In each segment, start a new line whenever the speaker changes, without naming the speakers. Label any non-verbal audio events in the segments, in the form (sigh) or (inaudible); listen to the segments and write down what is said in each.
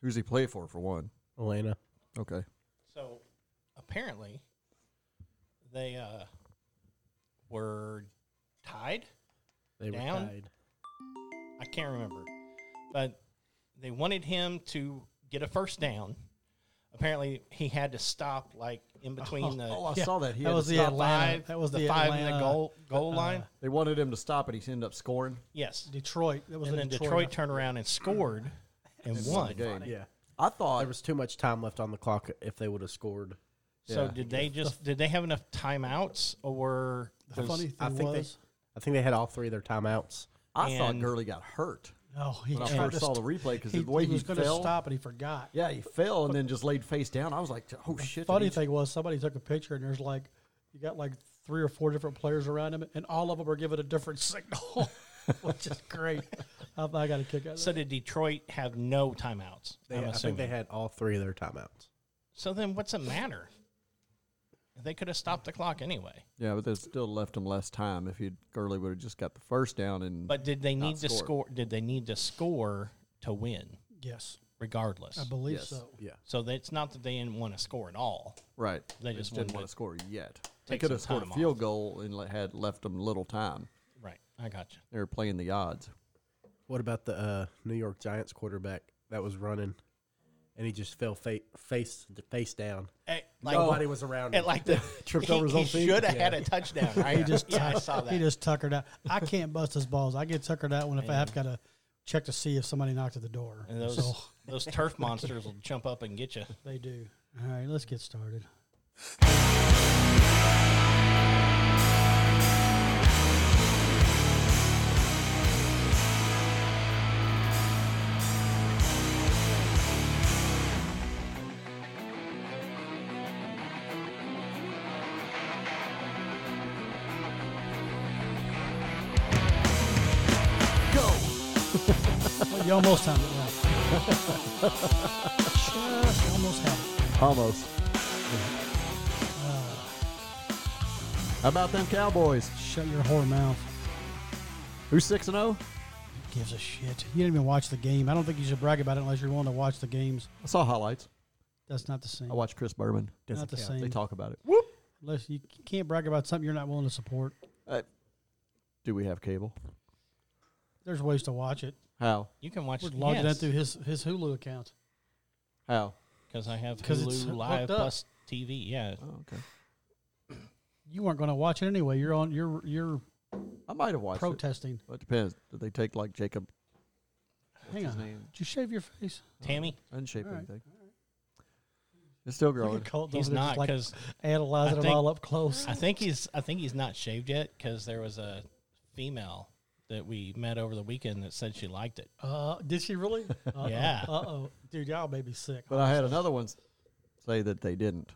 Who's he play for? For one.
Elena.
Okay.
So apparently they uh, were tied.
They were
Down?
tied.
I can't remember. But they wanted him to get a first down. Apparently he had to stop like in between the
Oh, I
Yeah,
saw that. He
that
had
was
to
the
stop.
Atlanta-
five.
that was
the,
the
five and the
Atlanta,
goal goal
uh,
line.
They wanted him to stop it. He ended up scoring.
Yes.
Detroit. That was
And
a
then Detroit, turned around and scored and
Won the
won.
game.
Yeah.
I thought
There was too much time left on the clock if they would have scored.
So
Yeah.
did they just did they have enough timeouts or
The funny thing
I think
was,
they I think they had all three of their timeouts.
I thought
and-
Gurley got hurt
no, Oh, he
when I
tried
first
to
saw the
st-
replay because
he,
the way
he
he,
was going to
fell.
stop and he forgot.
Yeah, he fell and then just laid face down. I was like, oh shit.
Funny
did he-
thing was, somebody took a picture and there's like, you got like three or four different players around him, and all of them are giving a different signal, (laughs) which is great. I, I got a kick out of
so
that.
did Detroit have no timeouts?
They,
I'm
I think
assuming.
they had all three of their timeouts.
so then what's the matter? They could have stopped the clock anyway.
Yeah, but they still left him less time if he Gurley would have just got the first down and.
But did they
Not
need to
scored.
score? Did they need to score to win,
Yes,
regardless?
I believe
Yes.
so.
Yeah.
So that it's not that they didn't want to score at all.
right,
They just
didn't
wanted
want to
to,
score yet. They
take
could have
some
scored a
time
field
off.
goal and le- had left them little time.
right. I got you.
They were playing the odds.
What about the uh, New York Giants quarterback that was running and he just fell fa- face face down.
Hey,
Nobody was around.
and
him.
eh, like the
Tripped
he,
over his own
he
feet?
should have
Yeah.
had a touchdown, right?
He just
yeah, I
tuck-
saw that.
He just tuckered out. I can't bust his balls. I get tuckered out when if I have got to check to see if somebody knocked at the door.
and those
(laughs) So
those turf monsters will jump up and get you.
they do. All right, let's get started. (laughs) Well, you almost timed it right. Just almost had it.
Almost. How about them Cowboys?
Shut your whore mouth.
Who's six and oh? zero?
Who gives a shit? You didn't even watch the game. I don't think you should brag about it unless you're willing to watch the games.
I saw highlights.
That's not the same.
I watched Chris Berman.
Not the
They
same.
talk about it.
Unless you c- can't brag about something you're not willing to support.
Uh, do we have cable?
There's ways to watch it.
How?
You can watch
We're
it
logging in through his his Hulu account.
How?
because I have
'Cause it's
Hulu
hooked
Live
up.
Plus TV. Yeah,
Oh, okay.
You weren't going to watch it anyway. You're on. You're you're
I might have watched it.
protesting.
Well, it depends. Did they take like Jacob?
Hang
his
on.
name?
Did you shave your face?
Tammy,
Unshape
All right.
anything. It's still
Look at
growing.
Colton
he's
over there
not
just,
because
like analyzing
I
them
think-
all
(laughs)
up close.
I think he's I think he's not shaved yet because there was a female that we met over the weekend that said she liked it.
Uh, did
(laughs)
she really? Uh-oh.
Yeah.
Uh oh, dude, y'all may be sick.
But I had another one s- say that they didn't.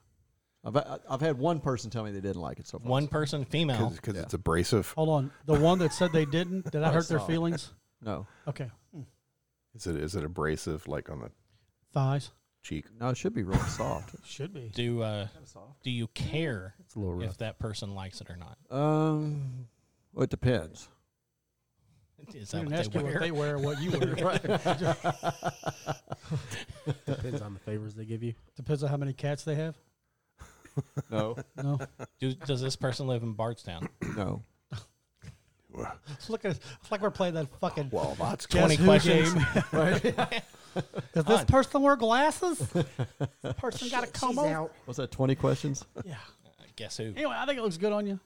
I've I- I've had one person tell me they didn't like it so far.
One person, female.
because it's abrasive.
Hold on. The one that said they didn't, did I hurt their
saw it.
feelings?
No,
Okay.
Is it is it abrasive like on the
Thighs.
cheek?
no, it should be really soft.
Should be.
Do uh, do you care
it's a little rough.
if that person likes it or not?
Um, well, it depends.
Is
I
that
didn't
what
ask
they
you what
wear?
they wear, what you
(laughs)
wear. (laughs)
Depends on the favors they (laughs) give you.
Depends on how many cats they have. (laughs)
No,
No.
Do, does this person live in Bardstown?
no.
Look at it's like we're playing that fucking
Well, (laughs) that's
Twenty
Guess who
questions. (laughs)
game. (laughs) Does this
Hun.
person
(laughs)
wear glasses? This person got a comb over?
What's that? Twenty questions?
Yeah.
Guess who?
Anyway, I think it looks good on you.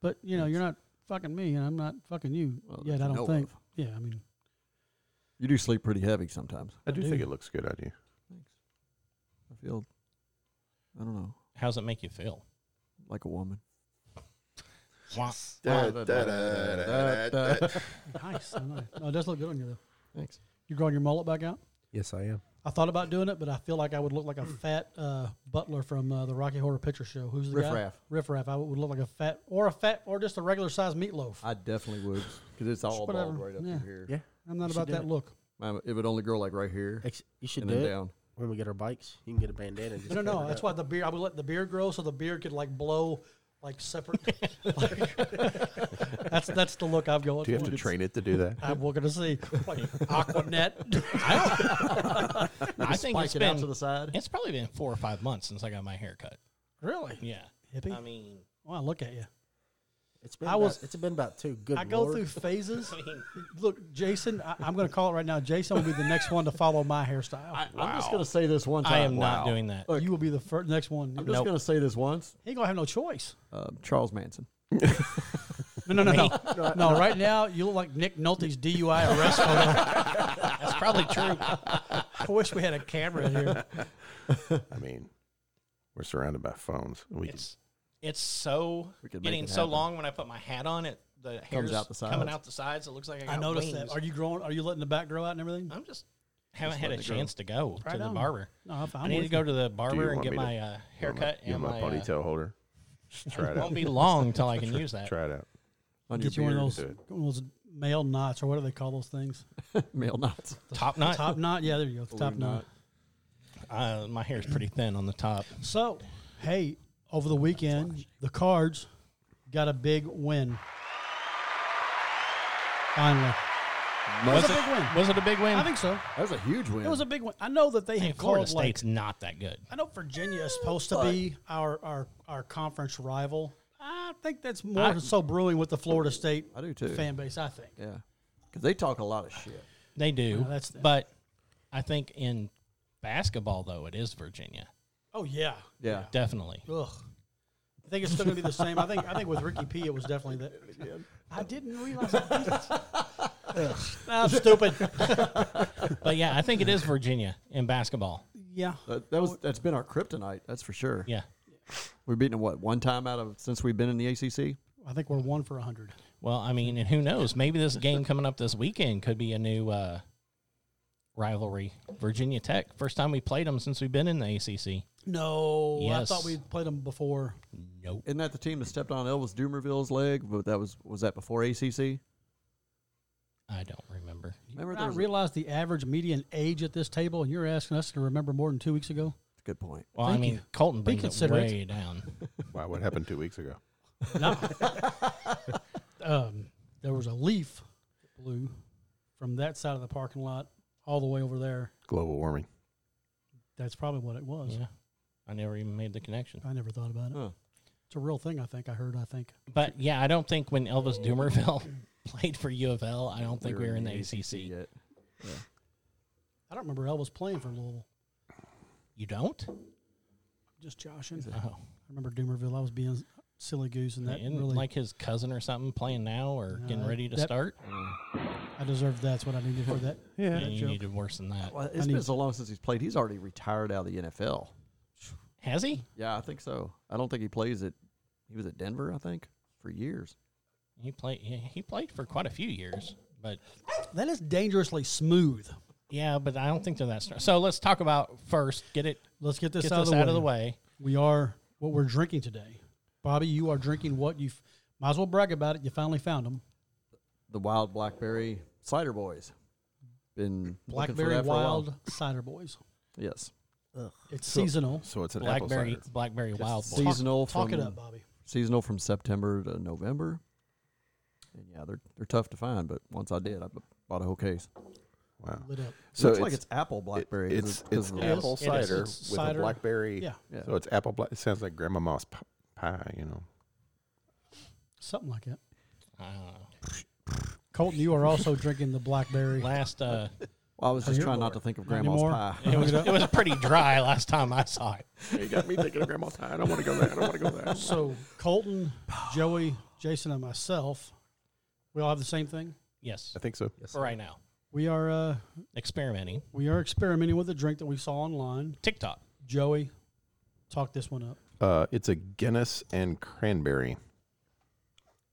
But you know, you're not fucking me and I'm not fucking you
Well,
yet,
that
I
you
don't
know
think.
of.
Yeah, I mean
You do sleep pretty heavy sometimes.
I do
Dude.
think it looks good on you.
I feel, I don't know,
How's it make you feel?
like a woman.
Wah.
(laughs) Da- da- da- da- da- (laughs) da.
nice. I know. No, it does look good on you though.
(laughs) Thanks.
You're growing your mullet back out?
Yes, I am.
I thought about doing it, but I feel like I would look like a fat uh, butler from uh, the Rocky Horror Picture Show. Who's the
Riff
guy?
Raff.
Riff Raff. I would look like a fat, or a fat, or just a regular sized meatloaf. I,
I definitely would, because it's all
Whatever.
bald right up
Yeah.
to here.
Yeah.
am not
You should
about
do
that
it.
look.
Um, It would only grow like right here
Ex- you should
and
do
then
it
down.
when we get our bikes. You can get a bandana. And just
No, no,
cover
no.
it
That's
up.
why the beard. I would let the beard grow so the beard could like blow, like separate. like- that's that's the look I'm going
Do you
for.
have to train it to do that?
(laughs)
I'm looking to see like Aquanet. I
think
spike
it's
it out
been-
to the side.
It's probably been four or five months since I got my hair cut.
Really?
Yeah.
Hippie?
I mean, (laughs)
wow, look at you.
It's been
I
about,
was-
it's been about two good.
I go
Lord.
through
(laughs)
phases.
I mean,
Look, Jason, I, I'm going to call it right now. Jason will be the next one to follow my hairstyle.
I, I'm just going to say this one time.
I am not doing that.
Look,
you will be the fir- next one.
I'm just going to say this once.
He gonna have no choice.
Uh, Charles Manson.
No, no, no, no, no. Right now, you look like Nick Nolte's DUI arrest photo.
That's probably true.
(laughs) I wish we had a camera here.
I mean, we're surrounded by phones. We
It's it's so
We could make
getting
it
so
happen.
long when I put my hat on it. The hair's
out the
coming
sides.
out the sides. It looks like I got
I noticed
wings.
that. Are you growing? Are you letting the back grow out and everything?
I'm just haven't had a
letting it grow.
chance to go
Right
to the
on.
barber.
No, I'm,
i
I'm
need
with
to go to the
Do you
barber and
want
get
me to-
my uh,
you want my-
haircut
you
and my,
want my uh, ponytail holder. (laughs) Just try
Uh,
it
won't
out.
be long till I can use that.
Try it out.
On
Get you
your
one of
beard.
those,
do
one of those male knots or what do they call those things?
(laughs) male knots.
Top knot.
Top knot. Yeah, there you go. top knot.
Uh, my hair's pretty thin on the top.
So, hey, over the weekend, the Cards got a big win. Finally,
Was
a
it,
big win.
was it a big win?
I think so.
That was a huge win.
It was a big win. I know that they
Man,
had
Florida
called like
State's not that good.
I know Virginia is supposed to be our, our, our conference rival. I think that's more
I-
so brewing with the Florida State
I do too.
fan base, I think.
Yeah, because they talk a lot of shit.
They do.
Well, that's the-
but I think in basketball, though, it is Virginia.
Oh yeah.
Yeah,
Definitely.
Ugh. I think it's still gonna be the same. I think I think with Ricky P it was definitely that. (laughs) I didn't realize that. (laughs) Nah, I'm stupid.
But yeah, I think it is Virginia in basketball.
Yeah.
that, that was that's been our kryptonite. That's for sure.
Yeah.
we've beaten them, what one time out of since we've been in the ACC.
I think we're one for a hundred.
Well, I mean, and who knows? Maybe this game coming up this weekend could be a new uh, rivalry. Virginia Tech. First time we played them since we've been in the ACC.
No, I
Yes.
thought we played them before.
Nope.
Isn't that the team that stepped on Elvis Dumerville's leg? But that was was that before ACC?
I don't remember.
Remember
I
there was a-
realized the average median age at this table, and you're asking us to remember more than two weeks ago.
good point.
Well, I
Thank
mean,
you.
Colton brings it
considerate.
way down.
Wow, what happened two weeks ago?
No. um, there was a leaf that blew from that side of the parking lot all the way over there.
Global warming.
That's probably what it was.
Yeah. I never even made the connection.
I never thought about it.
Huh.
It's a real thing, I think. I heard, I think.
But yeah, I don't think when Elvis Dumerville (laughs) played for U of L, I don't think we were in the ACC.
yet.
I don't remember Elvis playing for Louisville.
You don't?
Just joshing. I
Oh,
remember Doomerville. I was being silly goose, and that
isn't
really,
like his cousin or something playing now or
No,
getting
that-
ready to
that-
start?
I deserved that's what I needed for (laughs) that.
Yeah,
that
you
joke.
needed worse than that.
Well, it's
need-
been so long since he's played. He's already retired out of the NFL.
Has he?
Yeah, I think so. I don't think he plays at. He was at Denver, I think, for years.
He played. He played for quite a few years, but
That is dangerously smooth.
yeah, but I don't think they're that strong. So let's talk about first. Get it.
Let's get this,
Get
out,
this
of the
out
way.
of the way.
We are what we're drinking today. Bobby, you are drinking what you've. Might as well brag about it. You finally found them.
The Wild Blackberry Cider Boys. Been looking for
Blackberry
that for a while.
Wild Cider Boys.
Yes,
It's seasonal.
So it's an
Blackberry.
apple cider.
Blackberry Wild. Boy.
seasonal
Talk
from
it up, Bobby.
seasonal from September to November. And yeah, they're they're tough to find, but once I did, I b- bought a whole case.
Wow.
Lit up.
So
looks
it's
like it's apple blackberry. 'cause
it's
of- 'cause
it's
of the-
apple
It is.
cider
It's
with
cider.
a blackberry.
Yeah,
Yeah.
So it's apple. Bla- it sounds like Grandma Moss p- pie. You (laughs) know.
something like that.
I don't know.
Colton, you are
(laughs)
also drinking the blackberry.
Last
(laughs)
uh,
Well, I was just
you're
trying not
bored.
to think of
Not
grandma's
anymore?
pie.
it was (laughs) it was pretty dry last time I saw it.
you got me thinking of Grandma's pie. I don't want to go there. I don't want to go there.
So Colton, Joey, Jason, and myself, we all have the same thing.
Yes,
I think so.
for right now,
We are uh,
experimenting
we are experimenting with a drink that we saw online.
TikTok.
Joey, talk this one up.
Uh, it's a Guinness and cranberry.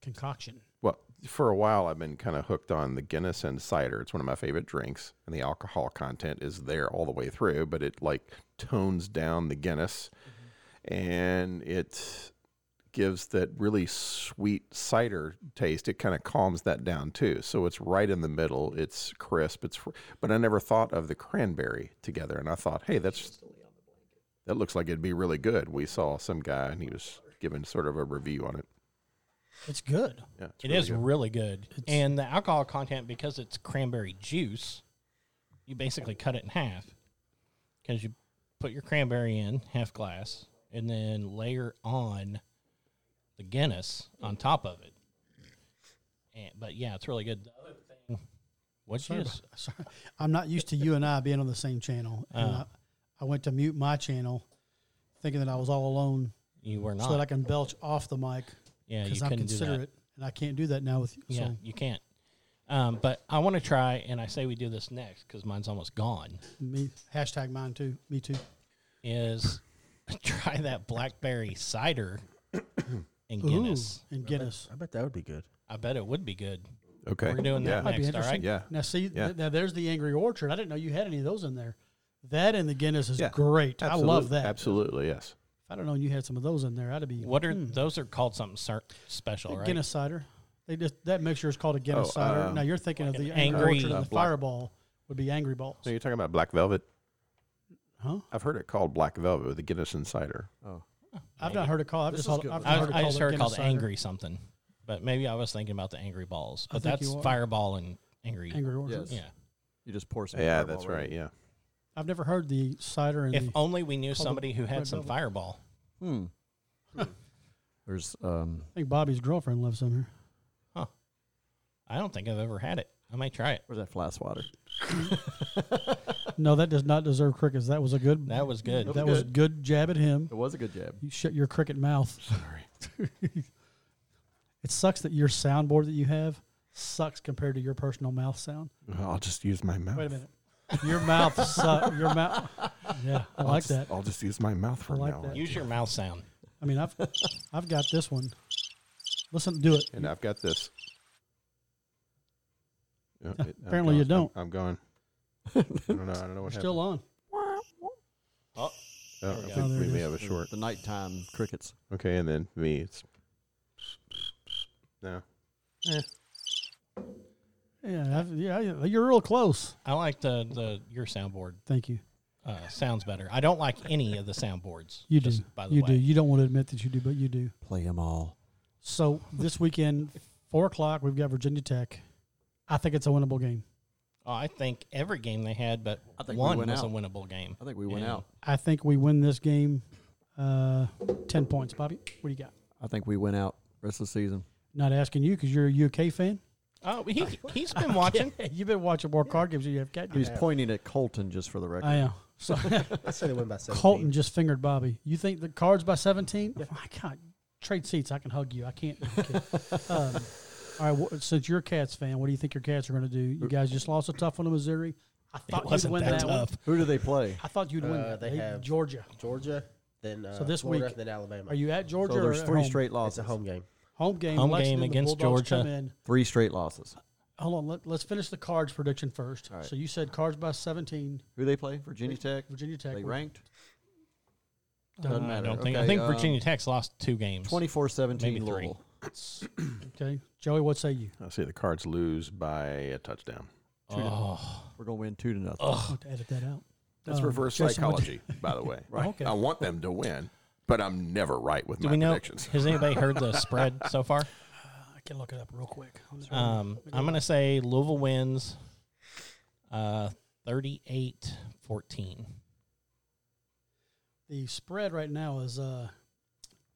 Concoction.
Well, for a while, I've been kind of hooked on the Guinness and cider. It's one of my favorite drinks, and the alcohol content is there all the way through, but it like tones down the Guinness and it gives that really sweet cider taste. It kind of calms that down too. So it's right in the middle. It's crisp. It's fr- but I never thought of the cranberry together, and I thought, hey, that's that looks like it'd be really good. We saw some guy, and he was giving sort of a review on it.
It's good.
Yeah,
It is really good. and the alcohol content, because it's cranberry juice, you basically cut it in half because you put your cranberry in half glass and then layer on the Guinness on top of it. And, but yeah, it's really good. The other thing, what you
Sorry,
just,
about- (laughs) sorry. I'm not used to you and I being on the same channel. And
Uh.
I, I went to mute my channel, thinking that I was all alone,
you were
so that
not.
I can belch off the mic
yeah, you
because
couldn't
I'm
do that.
considerate, and I can't do that now with you.
Yeah,
So
you can't. Um, but I want to try, and I say we do this next because mine's almost gone.
me hashtag mine too. Me too.
Is (laughs) try that blackberry cider and
Ooh,
Guinness.
and Guinness.
I bet that would be good.
I bet it would be good.
Okay.
We're doing
yeah.
that
Might be
next, all right?
interesting.
Yeah.
Now see,
Yeah.
th- now there's the Angry Orchard. I didn't know you had any of those in there. That and the Guinness is
Yeah.
great. I love
Absolute-
that.
Absolutely. Yes.
If I'd have known you had some of those in there, I'd be
What are those? Are called something cer- special, right?
Hmm. Guinness cider. They just that mixture is called a Guinness
Oh,
cider.
uh,
now you're thinking of
like
the
an
Angry,
angry-
Orchard
Uh,
and the
black-
Fireball would be Angry Balls.
So you're talking about black velvet?
Huh?
I've heard it called black velvet with the Guinness and cider.
Oh,
I've not heard it called. I've
This
just
is
heard,
good.
I've
I,
heard it
I
called,
just heard it
Guinness
called
cider.
angry something, but maybe I was thinking about the angry balls.
I
But
think
that's
you are.
fireball and angry.
Angry Orchard.
Yes.
Yeah.
you just pour some.
yeah,
Fireball
that's
right
right. Yeah.
I've never heard the cider and
If
the,
only we knew
Called the
somebody who had
red
some
velvet.
fireball.
(laughs) Hmm. There's um.
I think Bobby's girlfriend lives somewhere.
I don't think I've ever had it. I might try it.
Where's that fly swatter?
No, that does not deserve crickets. That was a good.
That was good.
That
that
was
was a good jab at him.
It was a good jab.
You shut your cricket mouth. Sorry. (laughs) it sucks that your soundboard that you have sucks compared to your personal mouth sound.
I'll just use my mouth.
Wait a minute. Your mouth sucks. Your mouth. Yeah, I
I'll
like
just-
that.
I'll just use my mouth from
like
now
that.
on.
Use your mouth sound.
I mean, I've I've got this one. Listen, do it.
And I've got this. Uh, it- I'm
Apparently you
gone.
don't.
I'm, I'm gone. I don't know. I don't know
We're
what
still on.
happened.
There we
Oh,
go.
I think
Oh, there
we
it
may
is.
have a short.
The nighttime crickets.
Okay, and then me. It's no.
Yeah, I've, yeah, yeah, you're real close.
I like the, the your soundboard.
Thank you.
Uh, sounds better. I don't like any of the soundboards.
You do.
just By the
you
way,
do. You don't want to admit that you do, but you do.
Play them all.
So this weekend, four o'clock, we've got Virginia Tech. I think it's a winnable game.
Oh, I think every game they had, but
I think we
one
went
was a
out.
winnable game.
I think we went
Yeah.
out.
I think we win this game. Uh, Ten points, Bobby. What do you got?
I think we went out rest of the season.
Not asking you because you're a UK fan. (laughs)
Oh, he he's been watching.
You've been watching more card games than you have cat
He's
games.
pointing at Colton just for the record.
I
(laughs)
am. So (laughs)
I said it went by seventeen.
Colton just fingered Bobby. You think the cards by 17? Oh my God. Trade seats. I can hug you. I can't. no,
(laughs)
I'm kidding. um, all right. Well, since you're a Cats fan, what do you think your Cats are going to do? You guys just lost a tough one to Missouri. I
It
thought you'd
wasn't
win
that,
that, one.
tough.
Who do they play?
I thought you'd win
Uh,
that.
they
They-
have-
Georgia.
Georgia, then uh,
So this
Florida,
week-
then Alabama.
Are you at Georgia?
So there's
or at
three
home?
straight
It's
losses.
a home game.
home game.
Home game
Lexington, the
against
Bulldogs come
Georgia.
in.
Three straight losses.
Hold on. Let, let's finish the cards prediction first.
All right.
So you said cards by 17,
Who they play? Virginia Tech.
Virginia Tech. Uh,
They
won.
ranked
I
Doesn't
don't
matter.
think. I
Okay,
think
um,
Virginia Tech's lost two games.
24-17
Maybe three.
Louisville.
(clears throat) Okay. Joey, what say you?
I say the Cards lose by a touchdown.
Oh,
We're gonna win two to nothing.
I'll have to edit that out.
That's
Um,
reverse
Jason, what do (laughs)
psychology, by the way.
Right.
Okay.
I want them to win, but I'm never right with
do
my
we know?
predictions.
Has anybody heard the spread so far?
I can look it up real quick.
Um, I'm going to say Louisville wins uh, 38 14.
The spread right now is uh,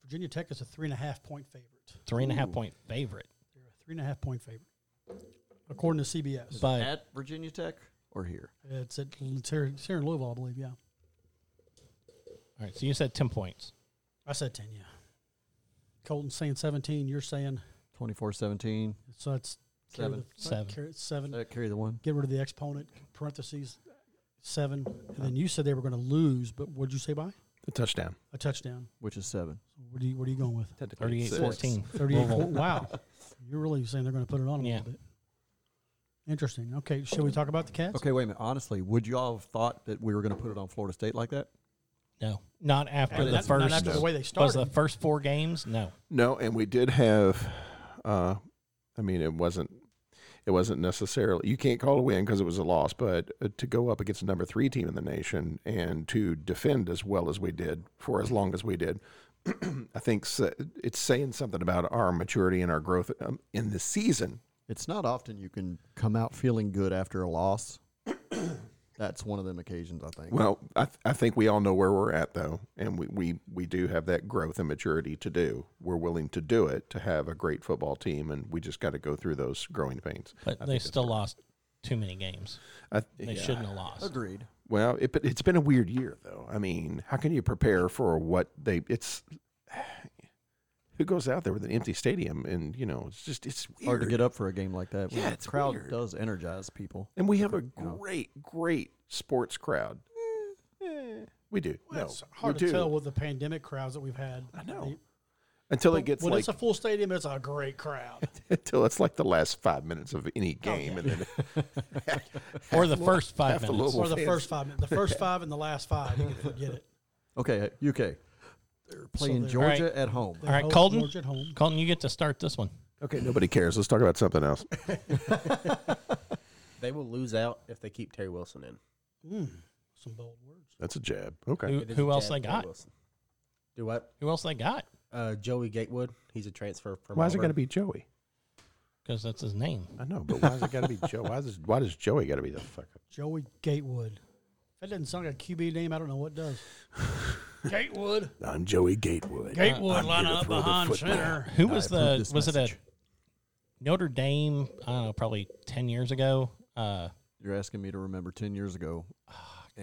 Virginia Tech is a three and a half point favorite.
Three and a half
Ooh.
point favorite.
They're a three and a half point favorite, according to CBS.
But
At Virginia Tech or here?
It's at it's here, it's here in Louisville, I believe. Yeah,
all right, so you said 10 points.
I said ten. Yeah, Colton's saying seventeen. You're saying
24-17.
so. It's carry
Seven.
the-
Seven.
carry it seven.
Uh, carry the one.
Get rid of the exponent. Parentheses seven, and
Uh,
then you said they were going to lose. But what'd you say by
The touchdown.
a touchdown?
which is seven.
So what are you What are you
(laughs)
going with?
38 14.
38
Louisville.
wow you're really saying they're going to put it on 'em
Yeah.
a little bit interesting okay shall we talk about the cats
Okay, wait a minute. Honestly, would you all have thought that we were going to put it on Florida State like that?
No, not after
Well,
the
that's not
first.
after the way they
was
started
the first four games? No.
No, and we did have. Uh, I mean, it wasn't. It wasn't necessarily. You can't call a win because it was a loss, but uh, to go up against the number three team in the nation and to defend as well as we did for as long as we did, (clears throat) I think sa- it's saying something about our maturity and our growth um, in the season.
It's not often you can come out feeling good after a loss. That's one of them occasions, I think.
Well, I, th- I think we all know where we're at, though, and we, we, we do have that growth and maturity to do. We're willing to do it to have a great football team, and we just got to go through those growing pains.
But they still lost too many games.
I,
They
yeah.
shouldn't have lost.
Agreed.
Well, it, but it's been a weird year, though. I mean, how can you prepare for what they? It's (sighs) who goes out there with an empty stadium, and you know, it's just it's weird.
Hard to get up for a game like that.
Yeah,
The
it's
crowd
weird.
does energize people.
And we have a
know.
great, great sports crowd. We do.
Well,
no,
it's
we
hard to
do.
tell with the pandemic crowds that we've had.
I know. Until it gets
when
like
it's a full stadium, it's a great crowd.
(laughs) until it's like the last five minutes of any game, and then
Or the first five
half a
minutes.
little-
or the
fans.
first five, minutes, the
(laughs)
first five and the last five, you can forget it.
Okay, UK. They're playing
they're-
Georgia
Alright.
at home.
They
All right,
host
Colton.
Georgia at home.
Colton, you get to start this one.
okay, nobody cares. Let's talk about something else.
They will lose out if they keep Terry Wilson in.
Some bold words.
That's a jab. Okay,
Who,
It is
who
a
else
jab,
they
Terry
got?
Wilson. Do what?
Who else they got?
Uh, Joey Gatewood. He's a transfer from.
why is it got
Auburn.
to be Joey?
Because that's his name.
I know, but why is it got to be Joe? Why does why does Joey got to be the fucker?
Joey Gatewood. That doesn't sound like a QB name. I don't know what does. Gatewood.
I'm Joey Gatewood.
Gatewood
I'm
line
here to
up
throw the
behind
football.
center.
Who was
I approve
the
this
was it
message.
a Notre Dame? I don't know, probably ten years ago. Uh,
You're asking me to remember 10 years ago.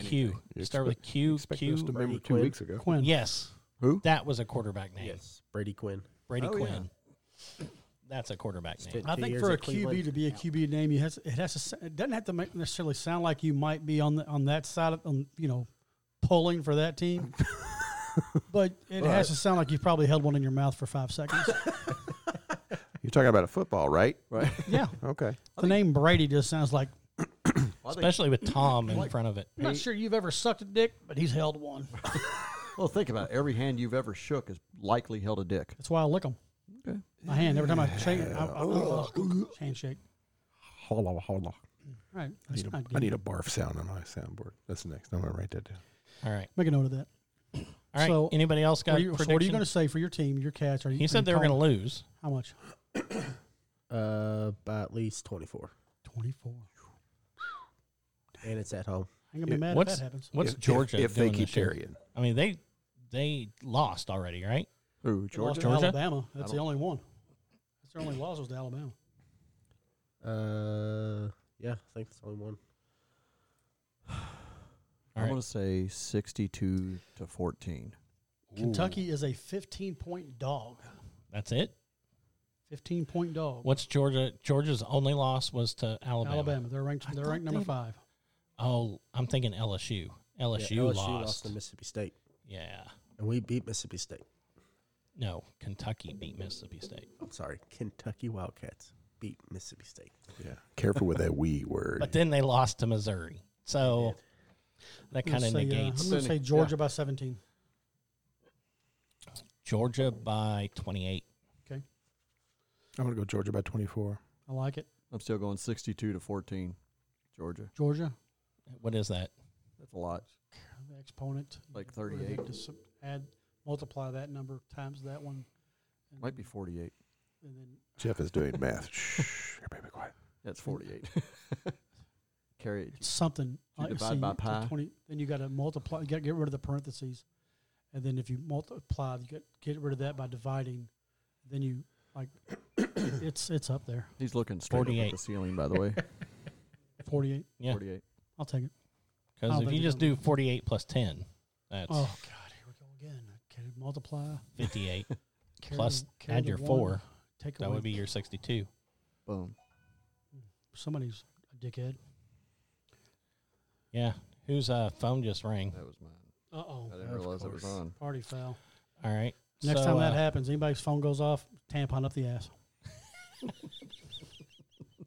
Q.
You
Start with
You
Q.
expect us to
Q.
remember
Brady
two
Quinn.
weeks ago.
Quinn.
Yes,
Who?
that was a quarterback name.
Yes, Brady Quinn.
Brady
Oh, yeah.
Quinn. That's a quarterback name.
Spit.
I
Two
think
years
for
at
a QB
Cleveland.
to be a QB name, you has, it has to. sa- It doesn't have to make necessarily sound like you might be on the on that side of on, you know pulling for that team, but it has to sound like you probably held one in your mouth for five seconds.
You're talking about a football, right? Right.
yeah,
Okay.
the name Brady just sounds like.
Especially with Tom in front of it.
I'm not sure you've ever sucked a dick, but he's held one.
Well, think about it. Every hand you've ever shook has likely held a dick.
That's why I lick him.
Okay.
My hand every time I shake it, I, I, I- handshake.
Hold on, hold on.
Right,
I
that's
need, a,
not
I
good.
need a barf sound on my soundboard. That's next. I'm gonna write that down.
All right.
Make a note of that.
All right.
So,
Anybody else got
What are you, so what are you
prediction?
going to say for your team, your cats? Are you,
he
are you
said they were going to
calling-
lose.
How much?
Uh, by at least twenty four,
Twenty four.
and it's at home.
I'm gonna be mad if
What's
that happens.
what's
If- if-
Georgia
If,
doing
they keep
this year?
carrying,
I mean they they lost already, right?
Who?
They lost
Georgia?
to
Georgia?
Alabama. That's the
don't-
only one. That's their only loss was to Alabama.
Uh, yeah, I think it's only one.
I'm
All right.
going to say 62 to 14.
Kentucky is a 15 point dog.
That's it.
15 point dog.
What's Georgia? Georgia's only loss was to Alabama.
Alabama. They're ranked. They're ranked number five.
Oh, I'm thinking LSU. LSU,
yeah, LSU
lost.
to Mississippi State,
yeah.
and we beat Mississippi State.
No, Kentucky beat Mississippi State.
I'm sorry, Kentucky Wildcats beat Mississippi State.
yeah. Careful with that "we" (laughs) word.
But then they lost to Missouri. So that
I'm gonna
kind of
say, uh,
negates
I'm going to say
Sending-
Georgia
yeah.
by 17.
Georgia by 28.
Okay,
I'm gonna go Georgia by 24.
I like it.
I'm still going 62 to 14. Georgia.
Georgia,
What is that?
That's a lot.
the exponent.
Like
We're gonna
38.
have to sub- add, multiply that number times that one, and,
Might be 48.
and then
Jeff is doing math. (laughs) Shh, everybody be quiet.
That's (laughs) 48. Carry it.
it's something.
you
like,
divide
see,
by
to
pi?
20, then you got to multiply. You got to get rid of the parentheses, and then if you multiply, you get get rid of that by dividing. Then you like (coughs) it's it's up there.
He's looking straight up at
48.
the ceiling, by the way.
Forty eight.
(laughs) Yeah.
48.
I'll take it. I
Because
Oh, don't
if
think
you
it
just
does.
do 48 plus 10, that's
Oh God, here we go again. Can it multiply?
58.
(laughs) Carry
Plus,
the- carry
add
the
your
one,
four.
Take
That
away.
would be your 62.
Boom.
somebody's a dickhead.
Yeah. Whose uh, phone just rang?
That was mine.
Uh oh.
I didn't realize it was on.
Party foul.
All right.
Next
So,
time that
uh,
happens, anybody's phone goes off, tampon up the ass.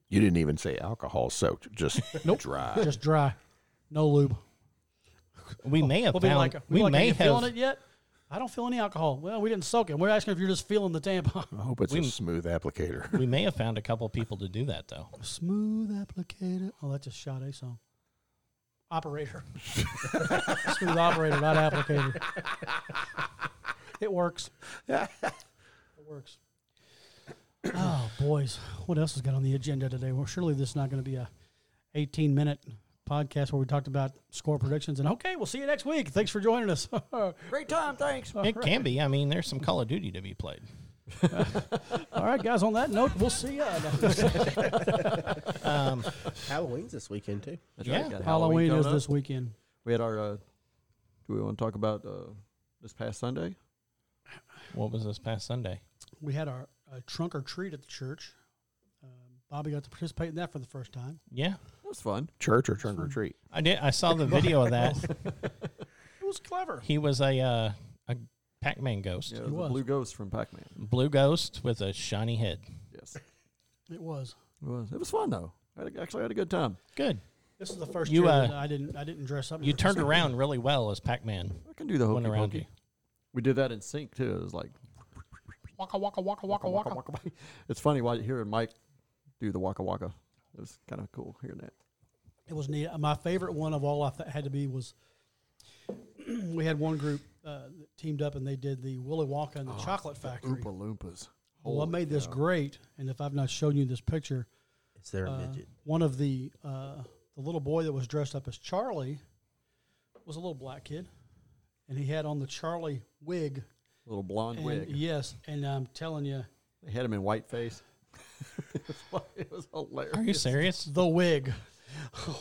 You didn't even say alcohol soaked. (laughs) Just dry.
Just dry, no lube.
we may have
We'll be
found,
like,
we
like, "Are
may
you feeling
have,
it yet? I don't feel any alcohol. Well, we didn't soak it. We're asking if you're just feeling the tampon.
I hope it's
We-
a smooth applicator. (laughs)
we may have found a couple people to do that though.
(laughs) Smooth applicator. Oh, that's a shot A song. Operator. (laughs) Smooth operator, not applicator. It works. It
(coughs)
works. Oh, boys. What else has got on the agenda today? Well, surely this is not going to be a 18 minute podcast where we talked about score predictions. And okay, we'll see you next week. Thanks for joining us. (laughs) All
Great time, thanks.
(laughs) It can be. I mean, there's some Call of Duty to be played.
right, guys. On that note, we'll see you.
Um,
Halloween's this weekend too.
That's
Yeah.
got
Halloween
coming
is
up.
this weekend.
We had our. Uh, do we want to talk about uh, this past Sunday?
(laughs) what was this past Sunday?
We had our uh, trunk or treat at the church. Um, Bobby got to participate in that for the first time.
Yeah,
That was fun.
Church or trunk or treat?
I did. I saw the video of
(laughs)
that.
It was clever.
He was a uh, a Pac-Man ghost,
Yeah,
It
it was
was.
a blue ghost from Pac Man.
blue ghost with a shiny head.
Yes,
It was.
it was. It was fun though. I had a, actually had a good time.
Good.
This is the first
You,
year
uh,
that I didn't. I didn't dress up.
You
for
turned
this.
around really well as Pac-Man
I can do the hokey
went around
pokey.
you.
We did that in sync too. It was like
Waka waka waka waka waka.
(laughs) It's funny why hearing Mike do the waka waka. It was kind of cool hearing that.
It was neat. My favorite one of all I thought had to be was (clears throat) we had one group uh, that teamed up and they did the Willy Wonka and the
Ah,
Chocolate Factory.
Loompas.
Well, what made this great, and if I've not shown you this picture,
Is there a
uh,
midget?
one of the uh, the little boy that was dressed up as Charlie was a little black kid, and he had on the Charlie wig.
Little blonde
And,
wig.
Yes, and I'm telling you,
They had him in white face. (laughs) it, was, fu- it was hilarious.
(laughs)
Are you serious?
the wig. (laughs)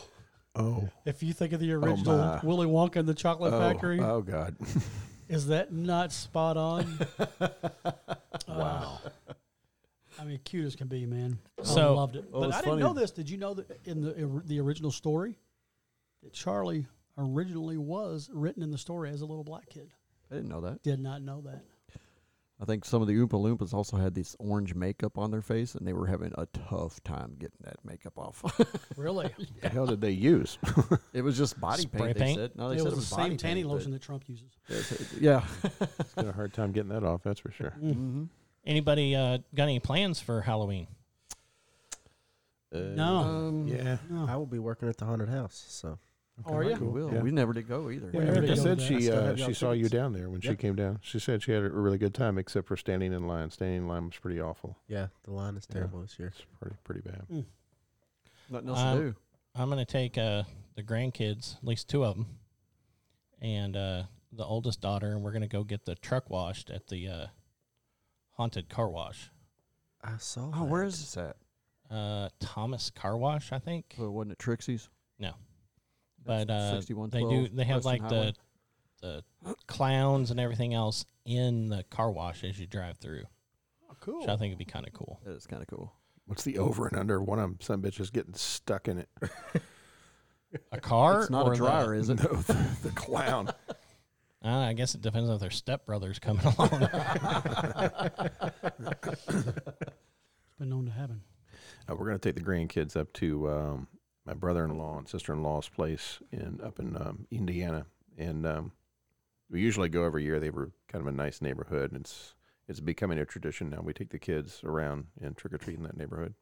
Oh,
If you think of the original
my.
Willy Wonka and the Chocolate Factory,
Oh (laughs) God!
Is that not spot on? (laughs) wow. I mean, cute as can be, man. I
So-
loved it.
Well,
but
it's
I didn't
funny.
know this. Did you know that in the or- the original story that Charlie originally was written in the story as a little black kid?
I didn't know that.
Did not know that.
I think some of the Oompa Loompas also had this orange makeup on their face, and they were having a tough time getting that makeup off. (laughs)
Really?
the hell did they use?
it was just body
Spray
paint,
paint?
They said. No, they
it
said
was
it
the
was body
same tanning
paint, but-
lotion that Trump uses.
Yeah.
Got a hard time getting that off. That's for sure.
mm-hmm.
Anybody uh, got any plans for Halloween?
Uh,
No.
Um,
Yeah.
No.
I will be working at the haunted house, so
Are you?
We will.
Yeah.
We never did go either.
We never
Erica
did go
said
to that.
she
still
uh,
have y'all
she saw you
tickets.
down there when she
Yeah.
came down. She said she had a really good time, except for standing in line. Standing in line was pretty awful.
yeah, the line is
Yeah.
terrible this year.
It's pretty pretty bad.
Nothing else
Um,
to do.
I'm gonna take uh, the grandkids, at least two of them, and uh, the oldest daughter, and we're gonna go get the truck washed at the uh, haunted car wash.
I saw.
Oh,
that.
where is this at?
Uh, Thomas Car Wash, I think.
So wasn't it Trixie's?
No.
That's
But, uh,
6112
They do. They have
Preston
like
Highway.
the the clowns and everything else in the car wash as you drive through,
Oh, cool.
which I think would be kind of cool.
That is kind of cool.
What's the over and under? One of them, some bitches getting stuck in it. (laughs)
A car?
It's not
or
a
the-
dryer, is it?
No, (laughs) the, the clown.
I don't know, Ah, I guess it depends on if their stepbrother's coming (laughs) along.
It's been known to happen.
Uh, we're gonna take the grandkids up to um, my brother-in-law and sister-in-law's place in up in um, Indiana, and um, we usually go every year. They were kind of a nice neighborhood, and it's it's becoming a tradition now. We take the kids around and trick or treat in that neighborhood,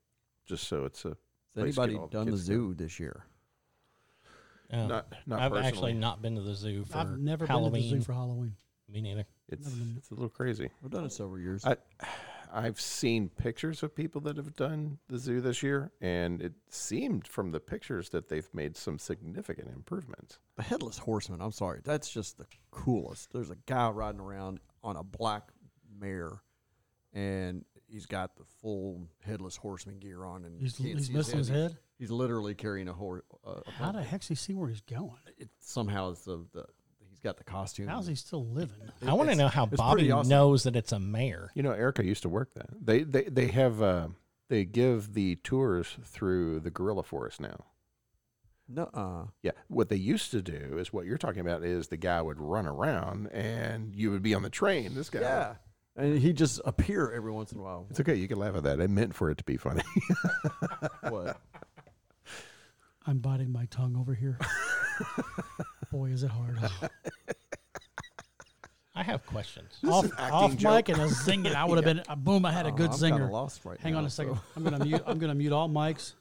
just so it's a
Has
Place to get
anybody
all the
done the
kids together.
zoo this year?
Um,
not not
I've
personally.
actually not been to the zoo for
I've never
Halloween.
been to the zoo for Halloween.
Me neither.
it's
never been-
it's a little crazy.
We've done it several years.
I, I've seen pictures of people that have done the zoo this year, and it seemed from the pictures that they've made some significant improvements.
the headless horseman. I'm sorry, that's just the coolest. There's a guy riding around on a black mare, and he's got the full headless horseman gear on, and
He's,
you can't
he's
see
missing his head.
He's literally carrying a horse. Uh, a
How the
pump.
heck's he see where he's going?
it somehow is the, the he's got the costume.
How's he still living?
It-
I want to
it's-
know how
it's pretty
Bobby
awesome.
knows that it's a mayor.
You know, Erica used to work that. They they they have uh, they give the tours through the gorilla forest now.
(laughs) Nuh-uh.
Yeah, what they used to do is what you're talking about is the guy would run around and you would be on the train. This guy,
Yeah, and he just appear every once in a
(laughs)
while.
it's okay. You can laugh at that. I meant for it to be funny. (laughs)
what?
I'm biting my tongue over here. Boy, is it hard.
I have questions.
off
acting
off
joke.
mic and a zinging. I would have been, uh, boom, I had
Oh,
a good
I'm kinda
zinger.
Lost right
Hang on
now,
a second. (laughs)
so- (laughs)
I'm going to mute I'm going to mute all mics.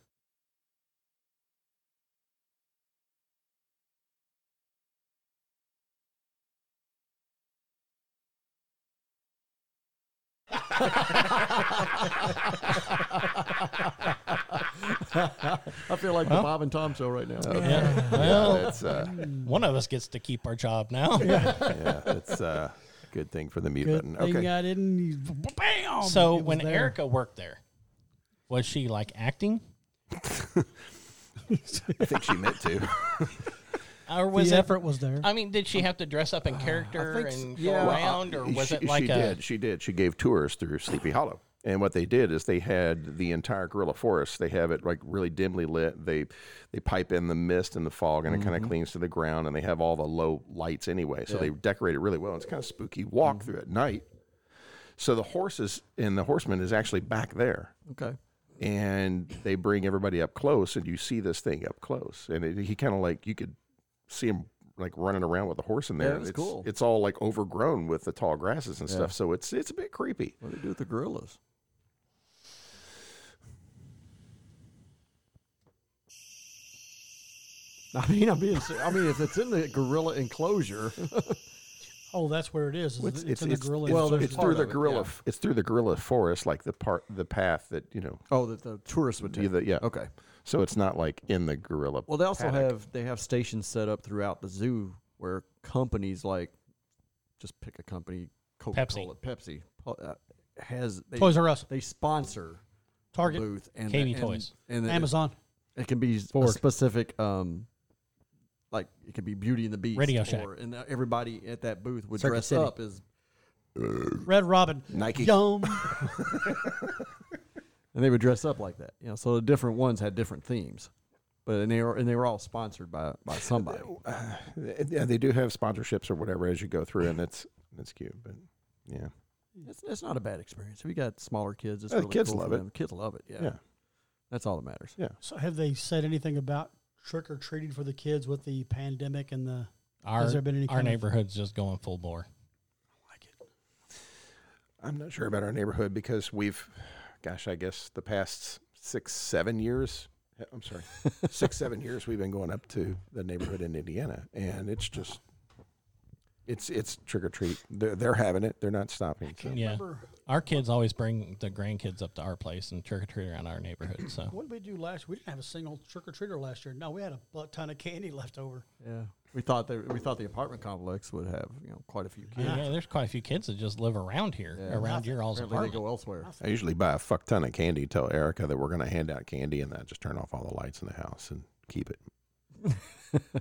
I feel like the Bob and Tom show right now.
(laughs)
Yeah. Well,
That's uh,
one of us gets to keep our job now. (laughs)
yeah, that's uh, good thing for the mute
Good
button.
thing
Okay.
I didn't. you- Bam!
So
It was
when
there.
Erica worked there, was she like acting,
I think she meant to.
or was
the
it?
effort was there, Uh,
I mean, did she have to dress up in character
think s-
and
yeah.
go
Well,
Well,
(laughs) around, or
uh,
was
she,
it like
she
a?
did? She did. She gave tours through Sleepy Hollow, and what they did is they had the entire gorilla forest. They have it like really dimly lit. They they pipe in the mist and the fog, and it
Mm-hmm.
kind of clings to the ground. And they have all the low lights anyway, so they decorate it really well. It's kind of spooky
Mm-hmm.
walk through at night. So the horses and the horseman is actually back there
Okay.
and they bring everybody up close and you see this thing up close and it, he kind of like you could see him like running around with a horse in there
it was
it's
cool.
it's all like overgrown with the tall grasses and stuff so it's it's a bit creepy
What do they do with the gorillas? (laughs) I mean, I'm being. ser- I mean, if it's in the gorilla enclosure,
oh, that's where it is. is
it's
it's, in the gorilla.
well,
it's,
there's
through
part
the
of it,
gorilla
yeah.
f it's through the gorilla forest like the part the path that you know
(laughs) oh, that the tourists would take.
either, yeah
Okay.
so it's not like in the gorilla
Well, they also
paddock.
have they have stations set up throughout the zoo where companies like just pick a company, Coca Cola, Pepsi, po- uh, has they,
Toys R Us,
they sponsor
Target,
booth and
KB
and,
Toys.
and it-
Amazon.
It, can be s- a
Ford.
specific, um, like it could be Beauty and the Beast,
Radio Shack.
or, and uh, everybody at that booth would
Circuit
dress
City.
up as,
Red Robin,
Nike.
Yum.
(laughs)
and they would dress up like that. You know, so the different ones had different themes, but and they were and they were all sponsored by by somebody.
uh, yeah they do have sponsorships or whatever as you go through and it's it's cute but yeah
It's, it's not a bad experience. We got smaller kids. It's
Uh, the
really
kids
cool for
love it.
them. Kids love it. Yeah.
Yeah.
That's all that matters.
So have they said anything about trick or treating for the kids with the pandemic and the?
Our
has there been any
our
kind of-
neighborhood's just going full bore.
I'm not sure about our neighborhood because we've, gosh, I guess the past six, seven years, eh, I'm (laughs) sorry, six, seven years, we've been going up to the neighborhood in Indiana, and it's just, it's it's trick or treat. They're, they're having it. They're not stopping. So.
Yeah,
Remember
our kids always bring the grandkids up to our place and trick or treat around our neighborhood. So
what did we do last? We didn't have a single trick or treater last year. No, we had a butt ton of candy (laughs) left over.
Yeah. We thought they, we thought the apartment complex would have you know quite a few kids.
yeah. there's quite a few kids that just live around here,
Yeah.
around your all's
Apparently they
apartment.
go elsewhere.
I usually buy a fuck ton of candy. Tell Erica that we're going to hand out candy, and then I just turn off all the lights in the house and keep it.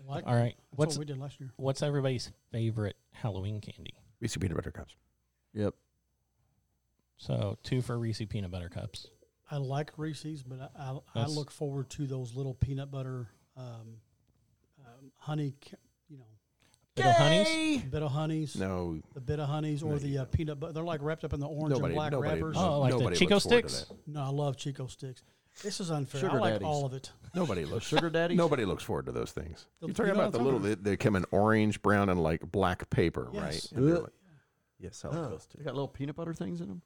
Like, (laughs)
All right,
that's
what's
what we did last year.
what's everybody's favorite Halloween candy?
Reese peanut butter cups.
Yep.
So two for Reese peanut butter cups.
I like Reese's, but I, I, I
That's-
look forward to those little peanut butter, um, um, honey, ca- you know,
Little honeys.
bit of honeys,
No,
the bit of honeys, or the uh, peanut butter. They're like wrapped up in the orange
Nobody-
and black
nobody-
wrappers.
no.
Oh, like
Nobody
the Chico
looks forward to
sticks.
No, I love Chico sticks. This is unfair. I
Sugar
like
daddies.
all of it.
nobody looks. (laughs)
Sugar daddy.
Nobody looks forward to those things.
The-
You're talking
you know
about the
what I'm
little,
talking
they, they come in orange, brown, and like black paper,
Yes.
right? And they're
Ugh.
like-
Yes, I like
Oh,
those
they
too.
got little peanut butter things in them.